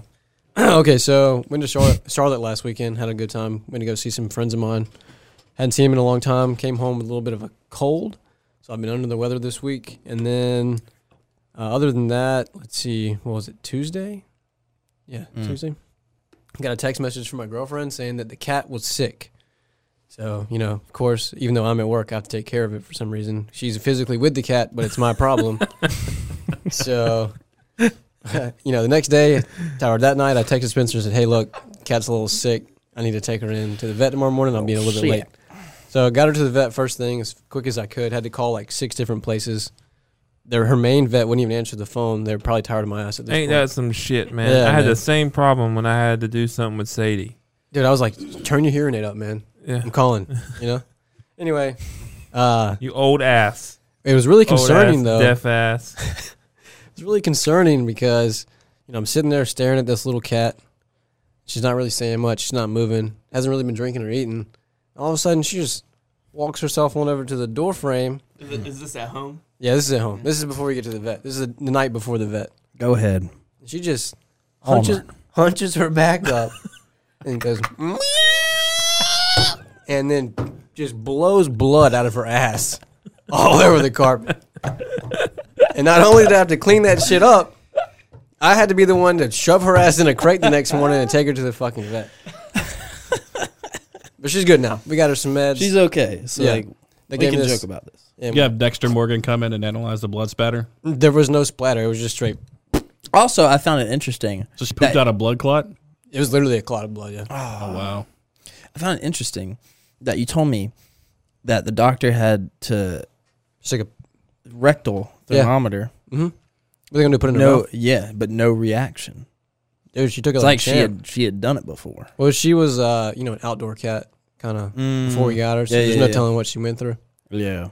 Yeah. okay, so went to Charlotte, Charlotte last weekend. Had a good time. Went to go see some friends of mine. Hadn't seen him in a long time. Came home with a little bit of a cold, so I've been under the weather this week. And then, uh, other than that, let's see. What was it? Tuesday. Yeah,
Mm.
Tuesday. Got a text message from my girlfriend saying that the cat was sick. So you know, of course, even though I'm at work, I have to take care of it for some reason. She's physically with the cat, but it's my problem. so. you know, the next day, or that night, I texted Spencer and said, "Hey, look, cat's a little sick. I need to take her in to the vet tomorrow morning. I'll be a little
Oh,
bit late." So I got her to the vet first thing as quick as I could. Had to call like six different places. Their her main vet wouldn't even answer the phone. They're probably tired of my ass at this
Ain't
point.
that some shit, man?
Yeah,
I had
man.
the same problem when I had to do something with Sadie.
Dude, I was like, "Turn your hearing aid up, man.
Yeah,
I'm calling." You know. anyway, uh,
you old ass.
it was really concerning
old ass,
though.
Deaf ass.
It's really concerning because you know I'm sitting there staring at this little cat. She's not really saying much. She's not moving. Hasn't really been drinking or eating. All of a sudden, she just walks herself on over to the door frame.
Is, this at home?
Yeah, this is at home. This is before we get to the vet. This is the night before the vet.
Go ahead.
She just hunches, hunches her back up and goes, "Meow," and then just blows blood out of her ass all over the carpet. And not only did I have to clean that shit up, I had to be the one to shove her ass in a crate the next morning and take her to the fucking vet. But she's good now. We got her some meds.
She's okay. So
Yeah.
like,
They
we
gave
can
me this-
joke about this.
and
You have Dexter Morgan come in and analyze the blood spatter.
There was no splatter. It was just straight.
Also, I found it interesting.
So she pooped
That-
out a blood clot.
It was literally a clot of blood. Yeah.
Ah.
Oh wow!
I found it interesting that you told me that the doctor had to
Just like a.
rectal
Yeah.
thermometer.
What are they gonna do? Put it in her
No,
mouth?
yeah, but no reaction.
Dude, she took it
It's
like,
like
a
she
champ.
had she had done it before.
Well, she was, uh, you know, an outdoor cat kind of before we got her. So
Mm. Yeah,
there's
yeah,
no
yeah.
telling what she went through.
Yeah,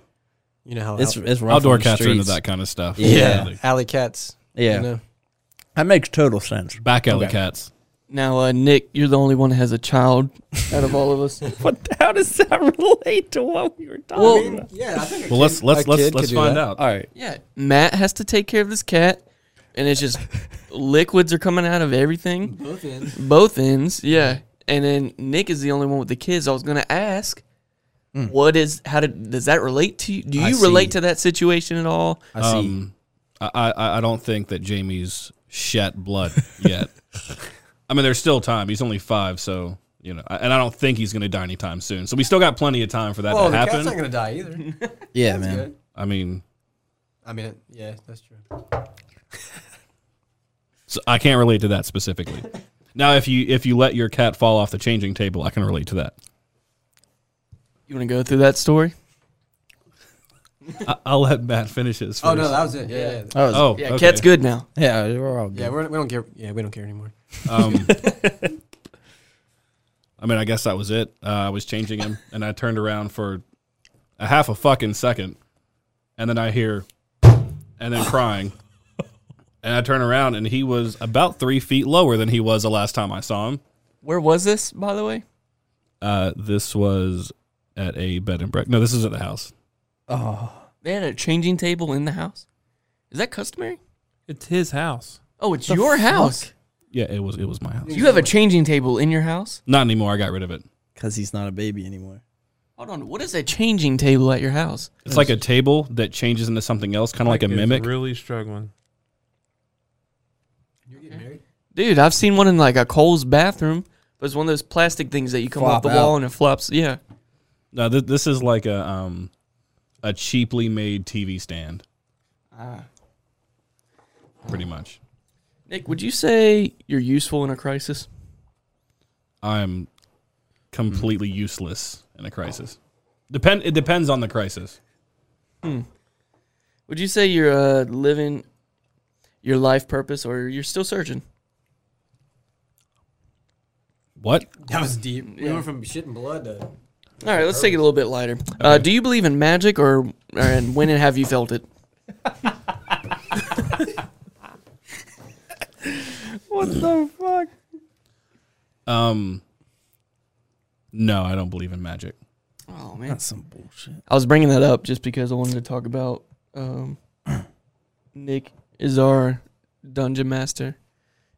You know how
it's
out-
it's rough
Outdoor
on the
cats are into
streets.
that kind of stuff.
Yeah.
alley cats.
Yeah,
You know?
that makes total sense.
back alley
Okay.
cats.
Now, uh, Nick, you're the only one that has a child out of all of us.
But how does that relate to what we were talking
well,
Yeah, I think.
Well, let's let's
a
let's
kid
let's
could do
find
that.
out.
All right,
yeah, Matt has to take care of this cat, and it's just liquids are coming out of everything.
Both ends.
Both ends, yeah. And then Nick is the only one with the kids. I was gonna ask, what is how did does that relate to you? Do
I
you relate
see.
to that situation at all?
I see.
Um, I, I I don't think that Jamie's shed blood yet. I mean, there's still time. He's only five, so you know, and I don't think he's going to die anytime soon. So we still got plenty of time for that
Well,
to
the cat's not
happen.
gonna die either.
yeah, man.
good.
I mean,
I mean, it- yeah, that's true.
so I can't relate to that specifically. now, if you if you let your cat fall off the changing table, I can relate to that.
You want to go through that story?
I, I'll let Matt finish his. First.
Oh no, that was it. Yeah, yeah.
That was-
oh
Yeah,
okay.
cat's good now.
yeah, we're all good.
Yeah, we're, we don't care. Yeah, we don't care anymore.
Um, I mean, I guess that was it. Uh, I was changing him, and I turned around for a half a fucking second, and then I hear, and then crying, and I turn around, and he was about three feet lower than he was the last time I saw him.
Where was this, by the way?
Uh, this was at a bed and breakfast. No, this is at the house.
Oh,
They had a changing table in the house. Is that customary?
It's his house.
Oh, it's your house.
Yeah, it was. It was my house.
You have a changing table in your house.
Not anymore. I got rid of it.
because he's not a baby anymore.
Hold on, what is a changing table at your house?
It's like a table that changes into something else, kind of like a
Mike is
mimic.
Really struggling.
You're getting married.
Dude, I've seen one in like a Cole's bathroom. There's one of those plastic things that you come off
Flop
the
out.
wall and it flops. Yeah.
No, th- this is like a um, a cheaply made TV stand.
Ah.
Pretty much.
Nick, would you say you're useful in a crisis? Hmm.
I'm completely useless in a crisis. Depend. It depends on the crisis.
Would you say you're uh, living your life purpose, or you're still searching?
What?
That was deep. We
Yeah.
went from shit and blood to
All right, let's take it a little bit lighter. Uh, do you believe in magic, or, or and when and have you felt it?
Um. No, I don't believe in magic.
Oh man,
some bullshit.
I was bringing that up just because I wanted to talk about um, Nick is our dungeon master,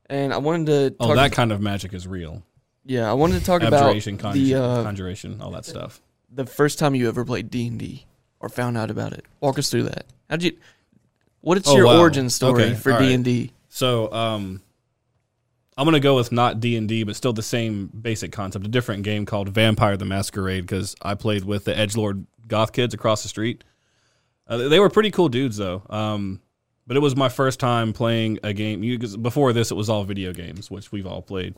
and I wanted to
Oh,
talk.
that kind of magic is real.
yeah, I wanted to talk about
Abjuration,
the
conjuration,
uh,
conjuration, all that stuff.
the first time you ever played D and D or found out about it. Walk us through that. How would you? What is
Oh,
your
wow.
origin story
Okay,
for
all right.
D and D?
So, um, I'm gonna go with not D and D, but still the same basic concept. A different game called Vampire the Masquerade because I played with the Edge Lord goth kids across the street. Uh, they- they were pretty cool dudes though. Um, but it was my first time playing a game. You, 'cause before this, it was all video games, which we've all played.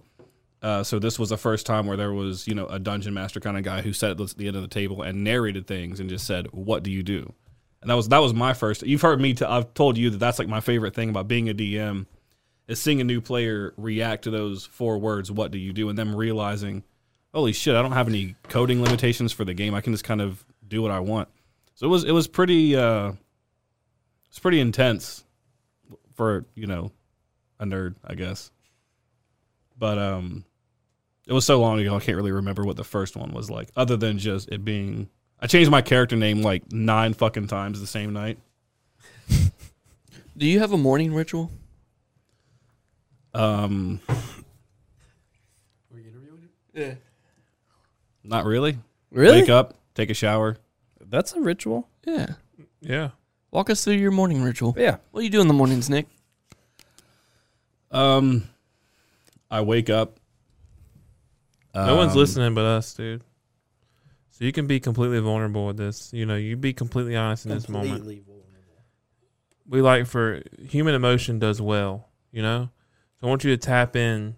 Uh, so this was the first time where there was, you know, a dungeon master kind of guy who sat at the- the end of the table and narrated things and just said, "What do you do?" And that was that was my first. You've heard me. T- I've told you that that's like my favorite thing about being a DM is seeing a new player react to those four words. What do you do? And them realizing, holy shit, I don't have any coding limitations for the game. I can just kind of do what I want. So it was it was pretty uh, it's pretty intense for you know a nerd, I guess. But um, it was so long ago, I can't really remember what the first one was like, other than just it being. I changed my character name like nine fucking times the same night.
Do you have a morning ritual?
Um,
Yeah.
not really.
Really?
Wake up, take a shower.
That's a ritual.
Yeah.
Yeah.
Walk us through your morning ritual.
Yeah.
What do you do in the mornings, Nick?
Um, I wake up.
No one's
Um,
listening but us, dude. So you can be completely vulnerable with this. You know, you be completely honest in this moment. We like for human emotion does well, you know? So I want you to tap in.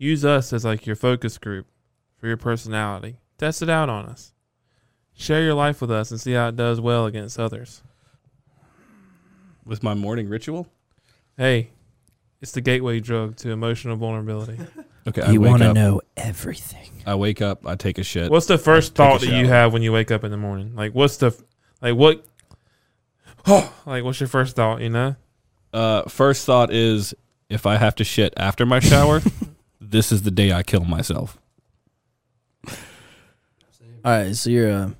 Use us as like your focus group for your personality. Test it out on us. Share your life with us and see how it does well against others.
with my morning ritual.
Hey, it's the gateway drug to emotional vulnerability.
Okay,
You
I wake
want to
up.
know everything.
I wake up. I take a shit.
What's the first
Take a
thought that you
shower.
have when you wake up in the morning? Like, what's the, like, what, oh, like, what's your first thought? You know,
Uh, first thought is if I have to shit after my shower, this is the day I kill myself.
All right, so you're a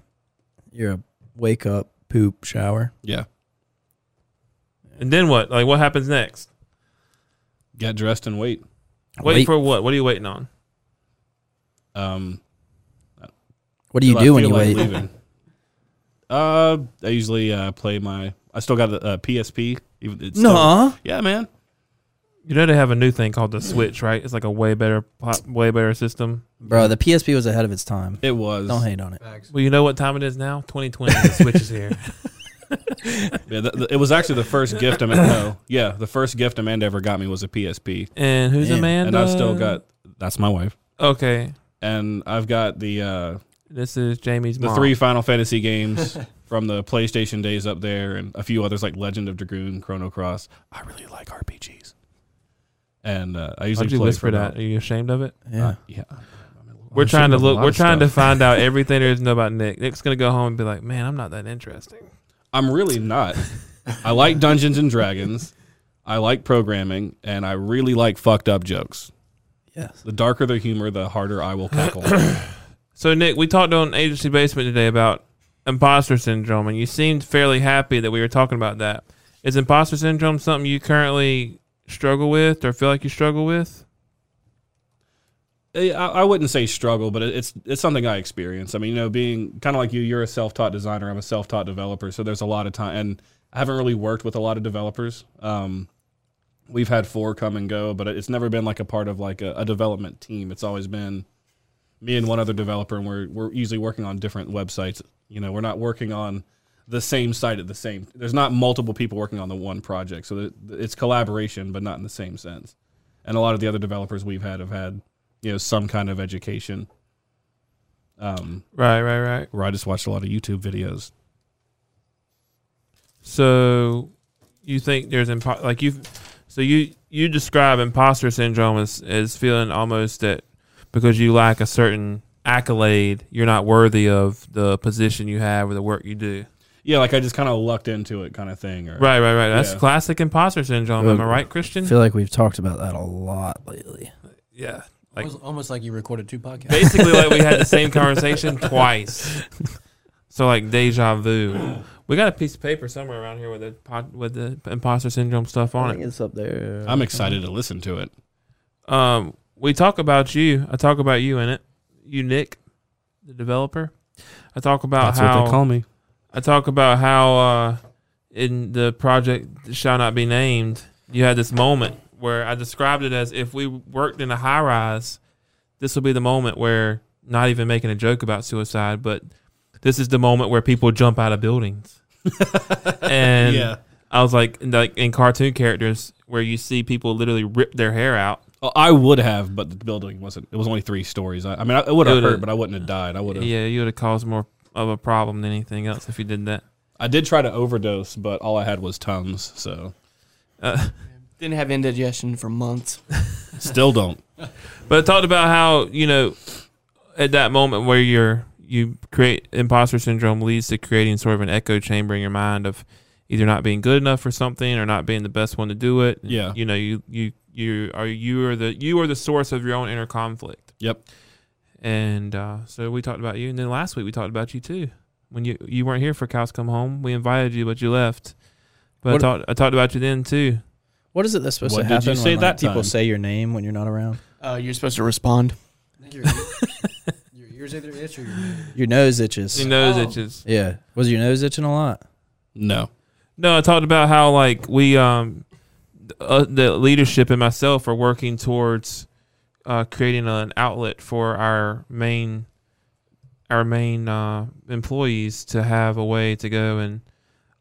you're a wake up, poop, shower.
Yeah,
and then what? Like, what happens next?
get dressed and wait.
Wait,
Wait.
for what? What are you waiting on?
Um,
What do you
till I
do when
feel
you
like
wait?
leaving. Uh, I usually uh, play my. I still got the uh, PSP. Even it's still-
Nuh-uh.
yeah, man.
You know they have a new thing called the Switch, right? It's like a way better, plat- way better system.
Bro, the PSP was ahead of its time.
It was.
Don't hate on it.
facts.
Well, you know what time it is now? Twenty twenty. The Switch is here.
Yeah, th- th- it was actually the first gift. Amanda, no, yeah, the first gift Amanda ever got me was a PSP,
And who's
Damn.
Amanda?
and I've still
uh,
got. That's my wife,
Okay,
and I've got the uh,
this is Jamie's
the
mom.
three Final Fantasy games from the PlayStation days up there, and a few others like Legend of Dragoon, Chrono Cross. I really like RPGs, and uh, I usually
Why'd you
play
whisper
for
that? Are you ashamed of it?
Yeah.
Yeah, yeah.
We're trying to look. We're trying to find out everything there is to know about Nick. Nick's gonna go home and be like, "Man, I'm not that interesting."
I'm really not. I like Dungeons and Dragons. I like programming, and I really like fucked up jokes.
Yes.
The darker the humor, the harder I will cackle.
So Nick, we talked on Agency Basement today about imposter syndrome, and you seemed fairly happy that we were talking about that. Is imposter syndrome something you currently struggle with, or feel like you struggle with?
Eh, I, I wouldn't say struggle, but it- it's it's something I experience. I mean, you know, being kind of like you, you're a self-taught designer. I'm a self-taught developer, so there's a lot of time, and I haven't really worked with a lot of developers. Um, we've had four come and go, but it's never been like a part of like a, a development team. It's always been me and one other developer, and we're we're usually working on different websites. You know, we're not working on the same site at the same. There's not multiple people working on the one project, so th- it's collaboration, but not in the same sense. And a lot of the other developers we've had have had you know some kind of education um,
Right, right, right.
where I just watched a lot of YouTube videos.
So you think there's impo- like you so you you describe imposter syndrome as as feeling almost that because you lack a certain accolade, you're not worthy of the position you have or the work you do.
Yeah, like I just kind of lucked into it, kind of thing. Or,
Right, right, right. That's
Yeah.
classic imposter syndrome. Am I right,
I
Christian?
feel like we've talked about that a lot lately.
yeah.
It
Like
was almost like you recorded two podcasts.
basically like we had the same conversation twice. So like deja vu. We got a piece of paper somewhere around here with the pod, with the imposter syndrome stuff on it.
it's up there.
I'm excited to listen to it.
Um, we talk about you. I talk about you in it. You, Nick, the developer. I talk about
That's
how
what they call me.
I talk about how uh, in the project shall not be named. You had this moment where I described it as if we worked in a high rise, this will be the moment where not even making a joke about suicide, but this is the moment where people jump out of buildings. and
yeah.
I was like, like in cartoon characters where you see people literally rip their hair out.
Well, I would have, but the building wasn't. It was only three stories. I, I mean, I, it would
It
have
would've-
hurt, but I wouldn't have died. I would have.
Yeah, you would have caused more of a problem than anything else if you did that.
I did try to overdose, but all I had was tums, so
Uh,
Didn't have indigestion for months.
still don't.
but I talked about how you know at that moment where you're you create imposter syndrome leads to creating sort of an echo chamber in your mind of either not being good enough for something or not being the best one to do it.
Yeah.
you know you you you are you are the you are the source of your own inner conflict.
Yep.
And uh, so we talked about you, and then last week we talked about you too. When you you weren't here for cows come home, we invited you, but you left. But I
What-
talked I talked about you then too.
What is it that's supposed
What
to
did you
happen
say
when like,
that
people
time?
say your name when you're not around?
Uh, you're supposed to respond.
your, your ears either itch or your
Your nose itches.
Your nose
Oh.
itches.
yeah. Was your nose itching a lot?
No.
No, I talked about how like we um th- uh, the leadership and myself are working towards uh, creating an outlet for our main our main uh, employees to have a way to go and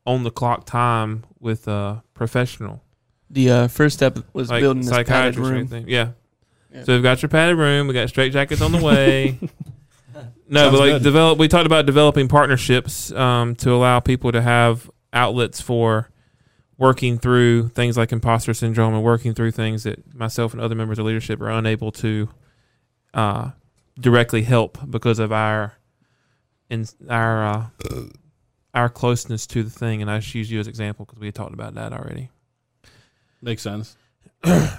on the clock time with a professional
The uh, first step was
like
building this padded
psychiatrist or
room.
anything. Yeah.
Yeah.
So we've got your padded room. We got straight jackets on the way. no,
Sounds
but like
good.
develop. We talked about developing partnerships um, to allow people to have outlets for working through things like imposter syndrome and working through things that myself and other members of leadership are unable to uh, directly help because of our in our uh, our closeness to the thing. And I just use you as example because we had talked about that already.
Makes sense.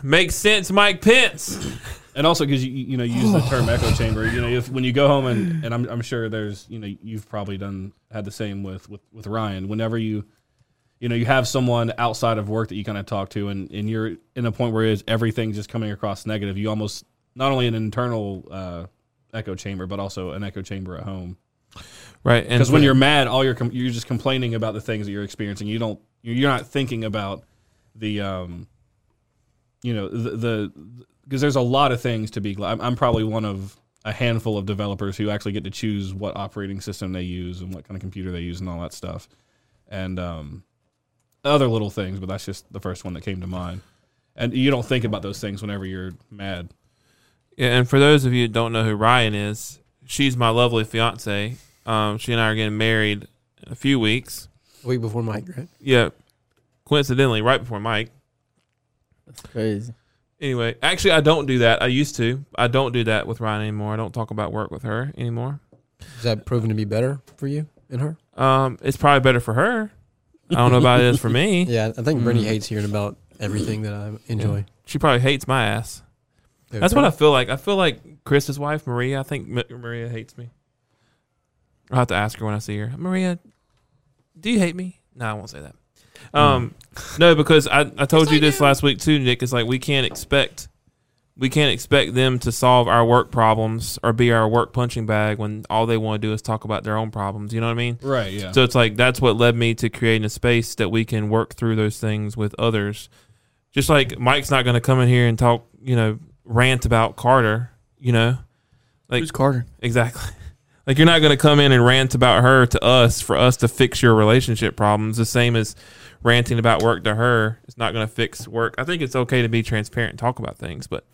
Makes sense, Mike Pence.
And also because you you know you use the term echo chamber. You know if when you go home and and I'm I'm sure there's you know you've probably done had the same with with with Ryan. Whenever you you know you have someone outside of work that you kind of talk to, and and you're in a point where is everything just coming across negative. You almost not only an internal uh, echo chamber, but also an echo chamber at home.
Right, and
Because when you're mad, all you're com- you're just complaining about the things that you're experiencing. You don't you're you're not thinking about the um, you know the the because there's a lot of things to be. gl- I'm, I'm probably one of a handful of developers who actually get to choose what operating system they use and what kind of computer they use and all that stuff, and um, other little things. But that's just the first one that came to mind. And you don't think about those things whenever you're mad.
Yeah, and for those of you who don't know who Ryan is, she's my lovely fiance. Um, she and I are getting married in a few weeks.
week before Mike, right?
Yeah, coincidentally, right before Mike.
That's crazy.
Anyway, actually, I don't do that. I used to. I don't do that with Ryan anymore. I don't talk about work with her anymore.
Is that proven to be better for you and her?
Um, it's probably better for her. I don't know about it is for me.
Yeah, I think Brittany
Mm.
hates hearing about everything that I enjoy.
She probably hates my ass. That's what I feel like. I feel like Chris's wife, Maria. I think Ma- Maria hates me. I'll have to ask her when I see her. Maria, do you hate me? No, I won't say that. Um, no, because I, I told you this last week too, Nick. It's like we can't expect we can't expect them to solve our work problems or be our work punching bag when all they want to do is talk about their own problems. You know what I mean?
Right. Yeah.
So it's like that's what led me to creating a space that we can work through those things with others. Just like Mike's not going to come in here and talk, you know, rant about Carter, you know, Like-
Who's Carter?
exactly. Like you're not going to come in and rant about her to us for us to fix your relationship problems. The same as ranting about work to her, it's not going to fix work. I think it's okay to be transparent and talk about things, but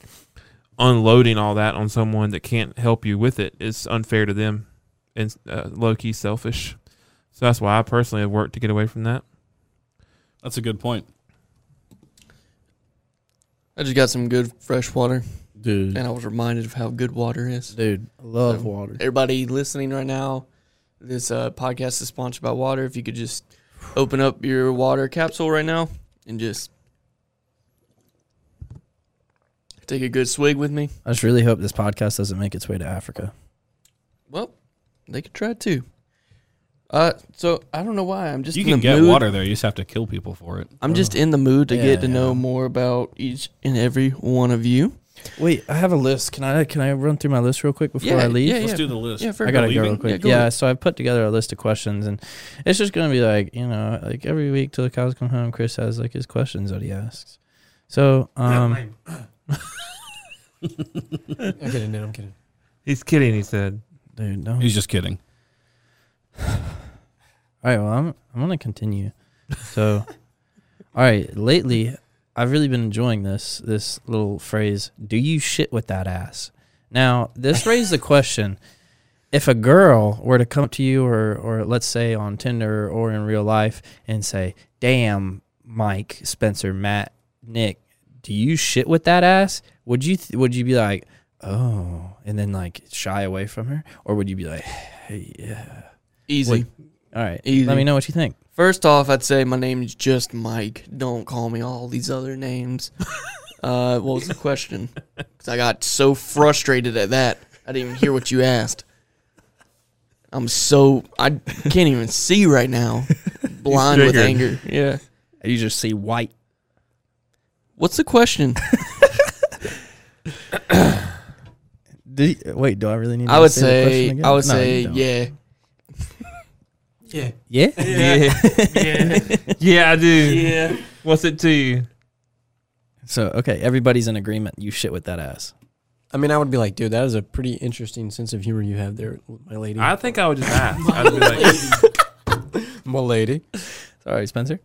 unloading all that on someone that can't help you with it is unfair to them and uh, low key selfish. So that's why I personally have worked to get away from that.
That's a good point.
I just got some good fresh water,
dude.
and I was reminded of how good water is.
Dude, I love water.
Everybody listening right now, this uh, podcast is sponsored by water. If you could just open up your water capsule right now and just take a good swig with me.
I just really hope this podcast doesn't make its way to Africa.
Well, they could try too. Uh, so I don't know why I'm just
you
in
can
the
get
mood.
water there. You just have to kill people for it.
I'm just in the mood to
Yeah,
get to
yeah.
know more about each and every one of you.
Wait, I have a list. Can I can I run through my list real quick before I leave?
Yeah,
Let's
yeah.
do the list.
Yeah, fair
I gotta
You're
go real
leaving?
quick.
go
Yeah,
ahead.
so I've put together a list of questions, and it's just gonna be like you know, like every week till the cows come home. Chris has like his questions that he asks. So, um,
I'm kidding, dude, I'm kidding.
He's kidding, he said.
dude, no. All
He's just kidding.
right, well, I'm I'm gonna continue. So, all right, lately I've really been enjoying this this little phrase. Do you shit with that ass? Now, this raised the question: If a girl were to come up to you, or or let's say on Tinder or in real life, and say, "Damn, Mike, Spencer, Matt, Nick, do you shit with that ass?" Would you th- would you be like, "Oh," and then like shy away from her, or would you be like, "Hey, yeah,
Easy.
Wait. all right,
Easy.
let me know what you think."
First off, I'd say my name is just Mike. Don't call me all these other names. uh, what was the question? Because I got so frustrated at that, I didn't even hear what you asked. I'm so I can't even see right now, blind with
triggered.
anger. Yeah.
You just see white.
What's the question?
Do you- wait, do I really need?
I
to
would
the question
say
again?
I would
No, you
say
don't.
yeah.
Yeah.
yeah.
Yeah. yeah. yeah, I do. Yeah. What's it to you?
So okay, everybody's in agreement. You shit with that ass.
I mean, I would be like, dude, that is a pretty interesting sense of humor you have there, my lady.
I think I would just ask. I'd be like,
my lady.
Sorry, Spencer.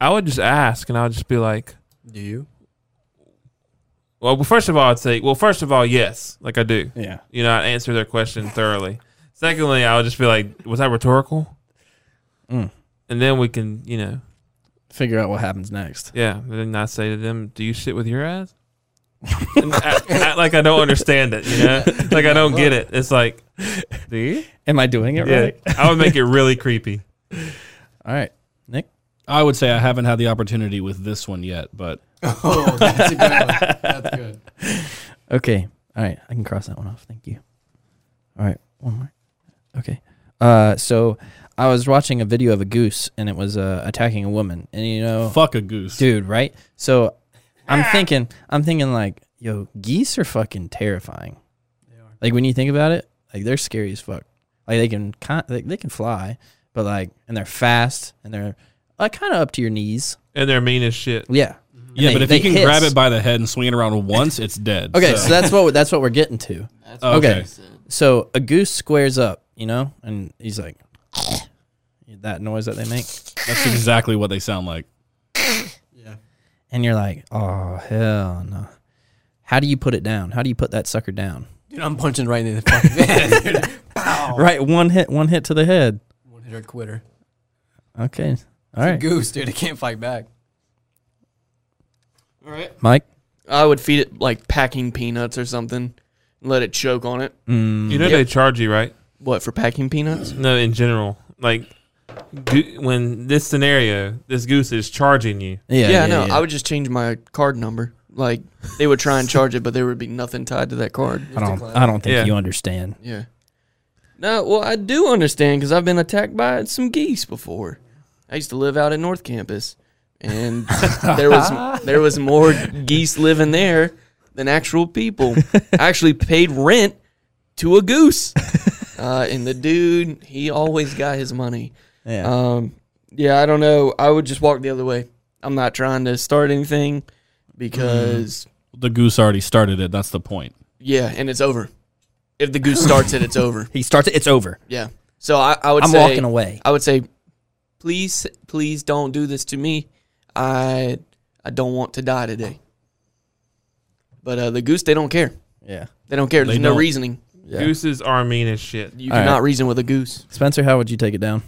I would just ask, and I would just be like,
Do you?
well, first of all, I'd say, well, first of all, yes, like I do.
Yeah.
You know, I'd answer their question thoroughly. Secondly, I would just be like, was that rhetorical?
Mm.
And then we can, you know,
Figure out what happens next.
yeah. And then I say to them, do you shit with your ass? and act, act like I don't understand it, you know? Like I don't get it. It's like, do you?
Am I doing it right?
I would make it really creepy.
All right.
I would say I haven't had the opportunity with this one yet, but
Oh, that's a good one. That's good.
Okay. All right. I can cross that one off. Thank you. All right. One more. Okay. Uh, so I was watching a video of a goose and it was uh, attacking a woman, and you know,
fuck a goose.
Oh. dude, right? So I'm thinking, I'm thinking like, yo, geese are fucking terrifying. Like when you think about it, like they're scary as fuck. Like they can kind, like, they can fly, but like, and they're fast and they're like kind of up to your knees.
And they're mean as shit.
Yeah. And
yeah,
they-
but if
they
you can
hiss.
grab it by the head and swing it around once, it's dead.
Okay, so that's what that's what we're getting to. okay. So a goose squares up, you know, and he's like that noise that they make,
that's exactly what they sound like.
and you're like, oh hell no. How do you put it down? How do you put that sucker down?
Dude, I'm punching right in the fucking head. dude.
Right, one hit, one hit to the head.
One hitter quitter.
Okay, all
It's a
right,
goose, dude. It can't fight back.
All right.
Mike.
I would feed it like packing peanuts or something, and let it choke on it.
Mm,
You know
Yep.
they charge you, right?
What for packing peanuts?
No, in general, like go- when this scenario, this goose is charging you.
yeah,
yeah, no,
yeah.
I would just change my card number. Like they would try and charge it, but there would be nothing tied to that card.
I don't. I don't think
Yeah.
you understand.
Yeah. No, well, I do understand because I've been attacked by some geese before. I used to live out in North Campus, and there was there was more geese living there than actual people. I actually paid rent to a goose, uh, and the dude he always got his money.
Yeah.
Um, yeah, I don't know. I would just walk the other way. I'm not trying to start anything because
The goose already started it. That's the point.
yeah, and it's over. If the goose starts it, it's over.
he starts. It's over.
Yeah. So I, I would
I'm
say
walking away.
I would say, please, please don't do this to me. I I don't want to die today. But uh, the goose, they don't care.
Yeah.
They don't care. There's
They
no
don't.
reasoning.
Yeah.
Gooses are mean as shit.
You
All right.
cannot reason with a goose.
Spencer, how would you take it down?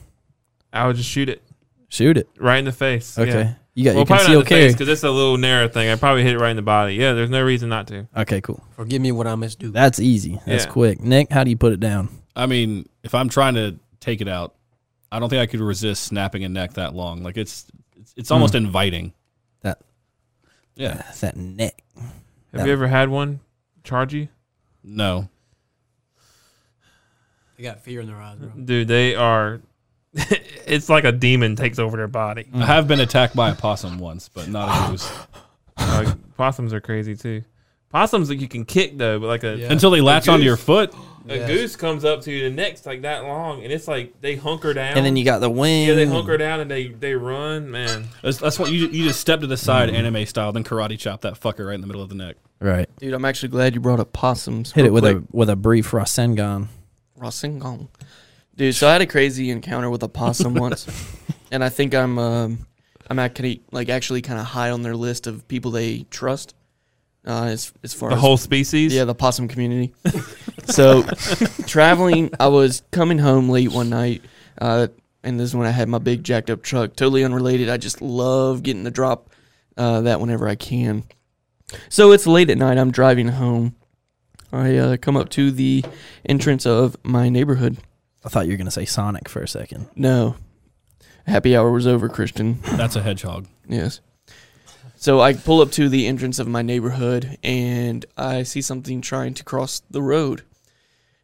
I would just shoot it
Shoot it.
right in the face.
Okay.
Yeah.
You got
well,
you
probably not in
conceal
the face
carry.
because it's a little narrow thing. I probably hit it right in the body. Yeah, there's no reason not to.
Okay, cool.
Forgive me what I must do.
That's easy. That's
Yeah.
quick. Nick, how do you put it down?
I mean, if I'm trying to take it out, I don't think I could resist snapping a neck that long. Like it's it's, it's almost inviting.
Hmm. That-
Yeah.
That neck.
Have
No.
you ever had one charge you?
No.
They got fear in their eyes, bro.
Dude, they are. it's like a demon takes over their body.
Hmm.
I have been attacked by a possum once, but not a goose.
Uh, possums are crazy too. Possums that you can kick though, but like a
Yeah.
Until they latch onto your foot.
a
Yes.
goose comes up to you the neck's like that long, and it's like they hunker down.
And then you Mm. got the wing.
yeah, they hunker down and they they run. Man,
That's, that's what you you just step to the side
Hmm.
anime style, then karate chop that fucker right in the middle of the neck.
Right.
Dude, I'm actually glad you brought up possums.
Hit
real
it with
quick.
a with a brief Rasengan.
Rossingong. Dude, so I had a crazy encounter with a possum once, and I think I'm um, I'm actually like actually kind of high on their list of people they trust. Uh, as as far
the
as
whole species.
yeah, the possum community. so, traveling, I was coming home late one night, uh, and this is when I had my big jacked up truck. Totally unrelated. I just love getting the drop uh, that whenever I can. So it's late at night. I'm driving home. I uh, come up to the entrance of my neighborhood.
I thought you were gonna say Sonic for a second.
No, happy hour was over, Christian.
That's a hedgehog.
Yes. So I pull up to the entrance of my neighborhood and I see something trying to cross the road.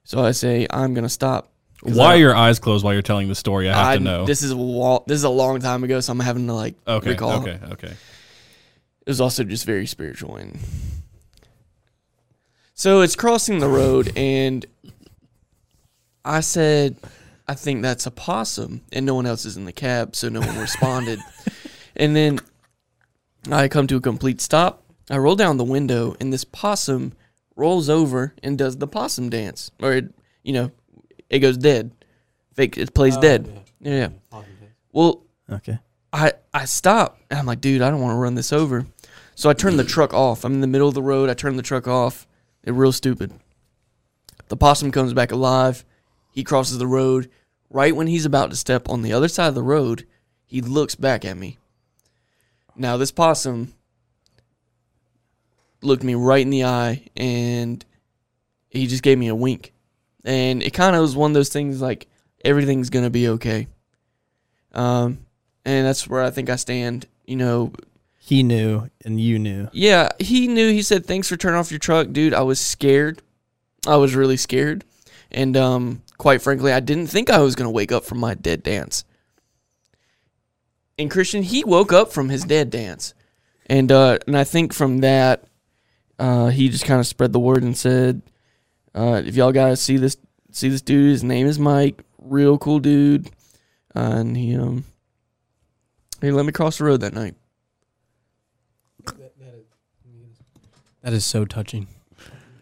So I say, I'm going to stop. 'Cause
Why
I-
are your eyes closed while you're telling the story? I have
I-
to know.
This is a wall, this is a long time ago, so I'm having to like
okay,
recall.
okay, okay.
It was also just very spiritual and so it's crossing the road and I said, I think that's a possum and no one else is in the cab, so no one responded. and then I come to a complete stop. I roll down the window and this possum rolls over and does the possum dance. Or it you know, it goes dead. Fake it plays
Oh,
dead. Yeah. yeah. Well,
Okay.
I I stop and I'm like, dude, I don't want to run this over. So I turn the truck off. I'm in the middle of the road. I turn the truck off. It real stupid. The possum comes back alive. He crosses the road. Right when he's about to step on the other side of the road, he looks back at me. Now this possum looked me right in the eye and he just gave me a wink. And it kind of was one of those things like everything's going to be okay. Um and that's where I think I stand. You know,
He knew and you knew.
yeah, he knew. He said, "Thanks for turning off your truck, dude." I was scared. I was really scared, and um, quite frankly, I didn't think I was gonna wake up from my dead dance. And Christian, he woke up from his dead dance, and uh, and I think from that, uh, he just kind of spread the word and said, uh, "If y'all guys see this, see this dude. His name is Mike. Real cool dude." Uh, and he um, he let me cross the road that night.
That is so touching.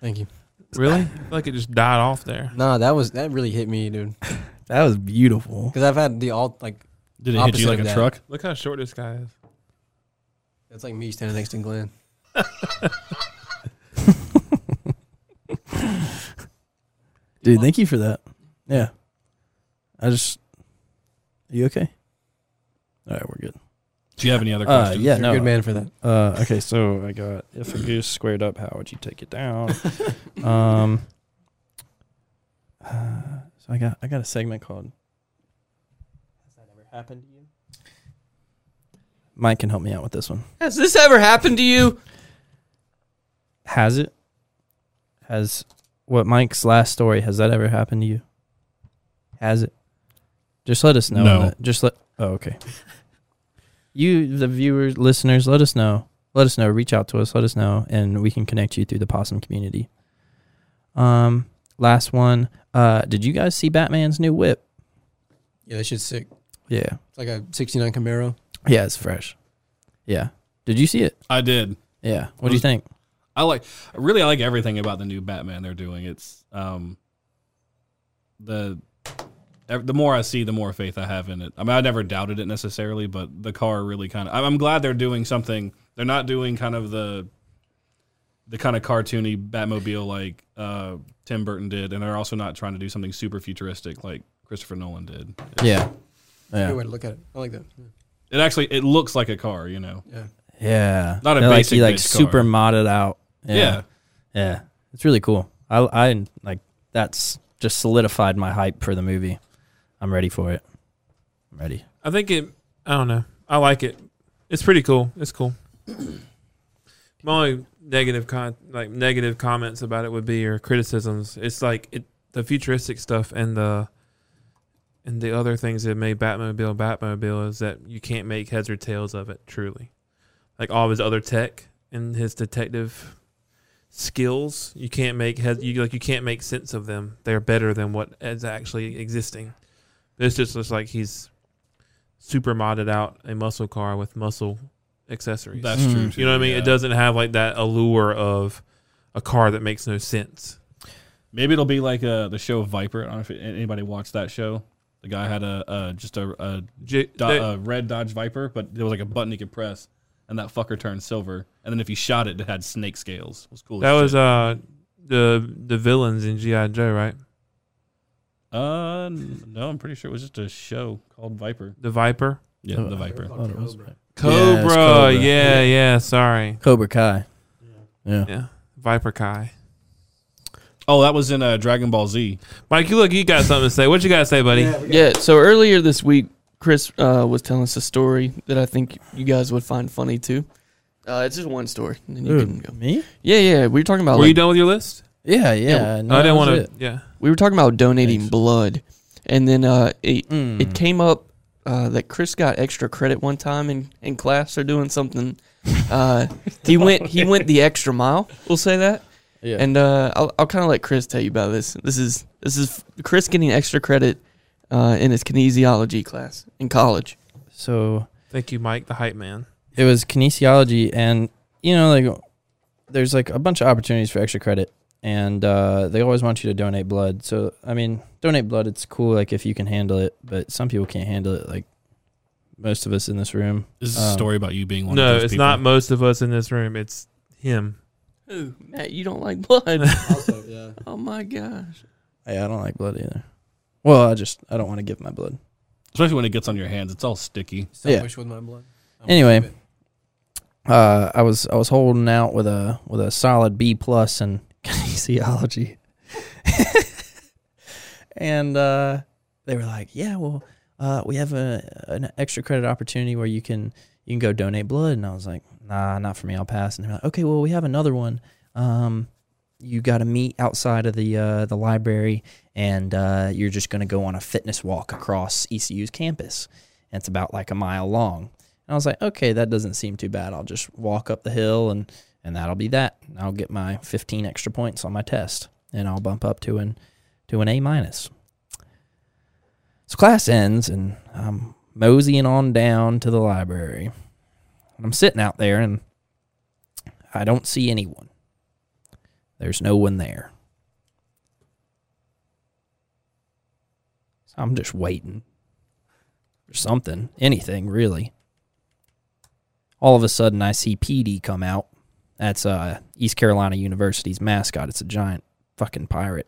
Thank you.
Really? I feel like it just died off there.
Nah, that was that really hit me, dude.
That was beautiful.
Because I've had the all like
Did it hit
Opposite
you like
of
a
that.
truck?
Look how short this guy is.
that's like me standing next to Glenn.
Dude, thank you for that. Yeah. I just Are you okay? All right, we're good.
Do you have any other
Uh,
questions?
yeah,
You're
no.
a good man for that.
Uh, okay, so I got if a goose squared up, how would you take it down? um, uh, so I got I got a segment called. Has that ever happened to you? Mike can help me out with this one.
Has this ever happened to you?
Has it? Has what Mike's last story? Has that ever happened to you? Has it? Just let us know.
No.
that- Just let. Oh, okay. you, the viewers, listeners, let us know. Let us know. Reach out to us. Let us know, and we can connect you through the Possum community. Um, last one. Uh, did you guys see Batman's new whip?
Yeah, that shit's sick.
Yeah.
It's like a '69 Camaro.
Yeah, it's fresh. Yeah. Did you see it?
I did.
Yeah. What do you think?
I like really I like everything about the new Batman they're doing. It's um the ev- the more I see, the more faith I have in it. I mean, I never doubted it necessarily, but the car really kind of. I'm glad they're doing something. They're not doing kind of the the kind of cartoony Batmobile like uh, Tim Burton did, and they're also not trying to do something super futuristic like Christopher Nolan did.
Yeah.
Good
Yeah.
way to look at it. I like that. Yeah.
It actually it looks like a car, you know.
Yeah.
Not a
They're
basic
like, he, like
bitch car.
super modded out.
Yeah,
Yeah, it's really cool. I, I like that's just solidified my hype for the movie. I'm ready for it. I'm ready.
I think it. I don't know. I like it. It's pretty cool. It's cool. My only negative con like negative comments about it would be or criticisms. It's like it the futuristic stuff and the and the other things that made Batmobile Batmobile is that you can't make heads or tails of it truly. Like all of his other tech and his detective skills, you can't make head you like you can't make sense of them. They're better than what is actually existing. This just looks like he's super modded out a muscle car with muscle accessories.
that's
Mm.
true.
You
Too,
you know what I mean?
yeah.
It doesn't have like that allure of a car that makes no sense.
Maybe it'll be like uh, the show Viper. I don't know if anybody watched that show. The guy had a uh, just a, a,
J-
do-
they-
a red Dodge Viper, but there was like a button he could press, and that fucker turned silver. And then if you shot it, it had snake scales. It was cool. as
that was
shit.
uh the the villains in GI Joe, right?
uh n- no, I'm pretty sure it was just a show called Viper.
The Viper,
Yeah, the Viper.
Oh, it was right.
Cobra.
Yeah, it's Cobra.
yeah, yeah, Sorry,
Cobra Kai. Yeah.
yeah, Viper Kai.
Oh, that was in uh, Dragon Ball Z.
Mike, you look, you got something to say. What you got to say, buddy?
Yeah. So earlier this week, Chris uh, was telling us a story that I think you guys would find funny too. Uh, it's just one story, and then you
Ooh,
can go.
me?
Yeah, yeah. We were talking about
Were
like,
you done with your list? Oh,
Yeah, yeah.
I didn't
that was
want
it.
to. Yeah,
we were talking about donating
Thanks.
blood, and then uh, it
Mm.
it came up uh, that Chris got extra credit one time in, in class or doing something. Uh, he went he went the extra mile. We'll say that.
Yeah.
And uh, I'll I'll kind of let Chris tell you about this. This is this is Chris getting extra credit uh, in his kinesiology class in college.
so
thank you, Mike, the hype man.
it was kinesiology and you know like there's like a bunch of opportunities for extra credit and uh, they always want you to donate blood so i mean donate blood it's cool like if you can handle it but some people can't handle it like most of us in this room
This is
Um,
a story about you being one of
No,
those
it's
people.
not most of us in this room. It's him.
Ooh, Matt, you don't like blood.
Also, yeah.
oh my gosh.
yeah i don't like blood either well i just i don't want to give my blood
Especially when it gets on your hands, it's all sticky.
Still
Yeah.
wish with my blood. I won't
Anyway.
keep it.
uh, I was I was holding out with a with a solid B plus in kinesiology, and uh, they were like, "Yeah, well, uh, we have a an extra credit opportunity where you can you can go donate blood." And I was like, "Nah, not for me. I'll pass." And they're like, "Okay, well, we have another one. Um, you got to meet outside of the uh, the library, and uh, you're just gonna go on a fitness walk across ECU's campus. And it's about like a mile long." And I was like, okay, that doesn't seem too bad. I'll just walk up the hill and and that'll be that. And I'll get my 15 extra points on my test and I'll bump up to an to an A minus. So class ends and I'm moseying on down to the library. And I'm sitting out there and I don't see anyone. There's no one there. So I'm just waiting for something, anything really all of a sudden I see PD come out. That's uh, East Carolina University's mascot. It's a giant fucking pirate.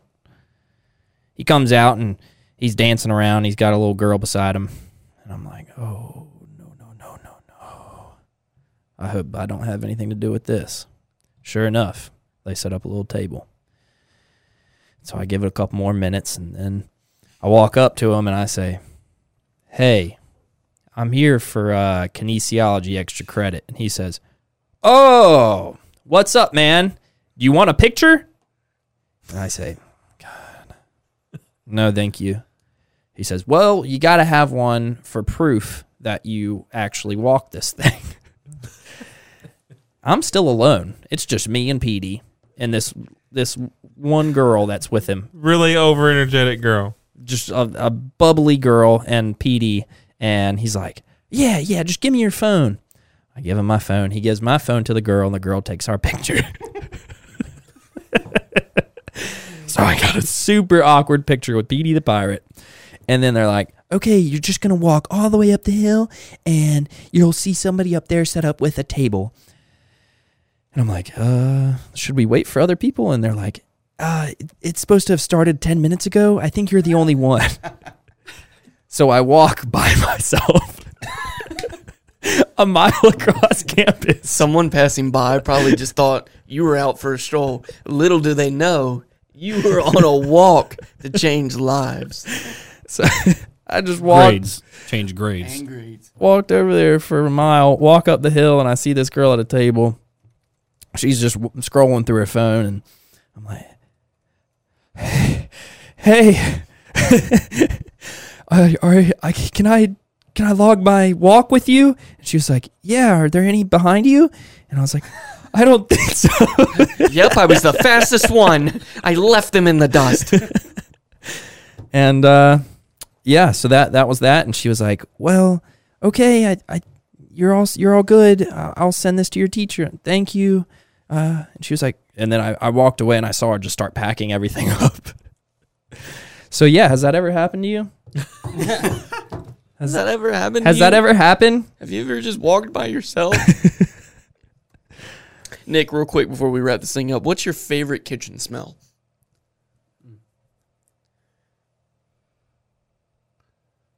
He comes out and he's dancing around. He's got a little girl beside him. And I'm like, oh, no, no, no, no, no. I hope I don't have anything to do with this. Sure enough, they set up a little table. So I give it a couple more minutes and then I walk up to him and I say, hey, I'm here for uh, kinesiology extra credit. And he says, Oh, what's up, man? You want a picture? And I say, God, no, thank you. He says, Well, you got to have one for proof that you actually walked this thing. I'm still alone. It's just me and Petey and this this one girl that's with him
Really over energetic girl.
just a, a bubbly girl and PD, and he's like, "Yeah, yeah, just give me your phone." I give him my phone. He gives my phone to the girl, and the girl takes our picture. so I got a super awkward picture with PD the pirate, and then they're like, "Okay, you're just gonna walk all the way up the hill, and you'll see somebody up there set up with a table." And I'm like, uh, should we wait for other people? And they're like, uh, it- it's supposed to have started 10 minutes ago. I think you're the only one. so I walk by myself a mile across campus.
Someone passing by probably just thought you were out for a stroll. Little do they know you were on a walk to change lives.
I just walked
Grades. Change grades.
walked over there for a mile, walk up the hill, and I see this girl at a table. She's just w- scrolling through her phone, and I'm like, "Hey, hey, uh, are, I, can I can I log my walk with you?" And she was like, "Yeah, are there any behind you?" And I was like, "I don't think so."
Yep, I was the fastest one. I left them in the dust.
and uh, yeah, so that that was that, and she was like, "Well, okay, I, I you're all you're all good. I- I'll send this to your teacher. Thank you." Uh, and she was like, and then I, I walked away and I saw her just start packing everything up. so yeah, has that ever happened to you?
Has that ever happened?
Has
to
that
you?
ever happened?
Have you ever just walked by yourself? Nick, real quick before we wrap this thing up, what's your favorite kitchen smell?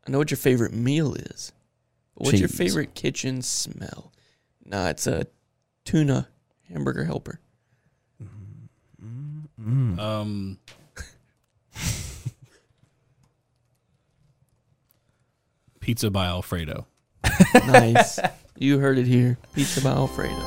I know what your favorite meal is. But what's your
Cheese.
favorite kitchen smell? Nah, it's a tuna hamburger helper.
Um, pizza by Alfredo.
Nice. you heard it here. Pizza by Alfredo.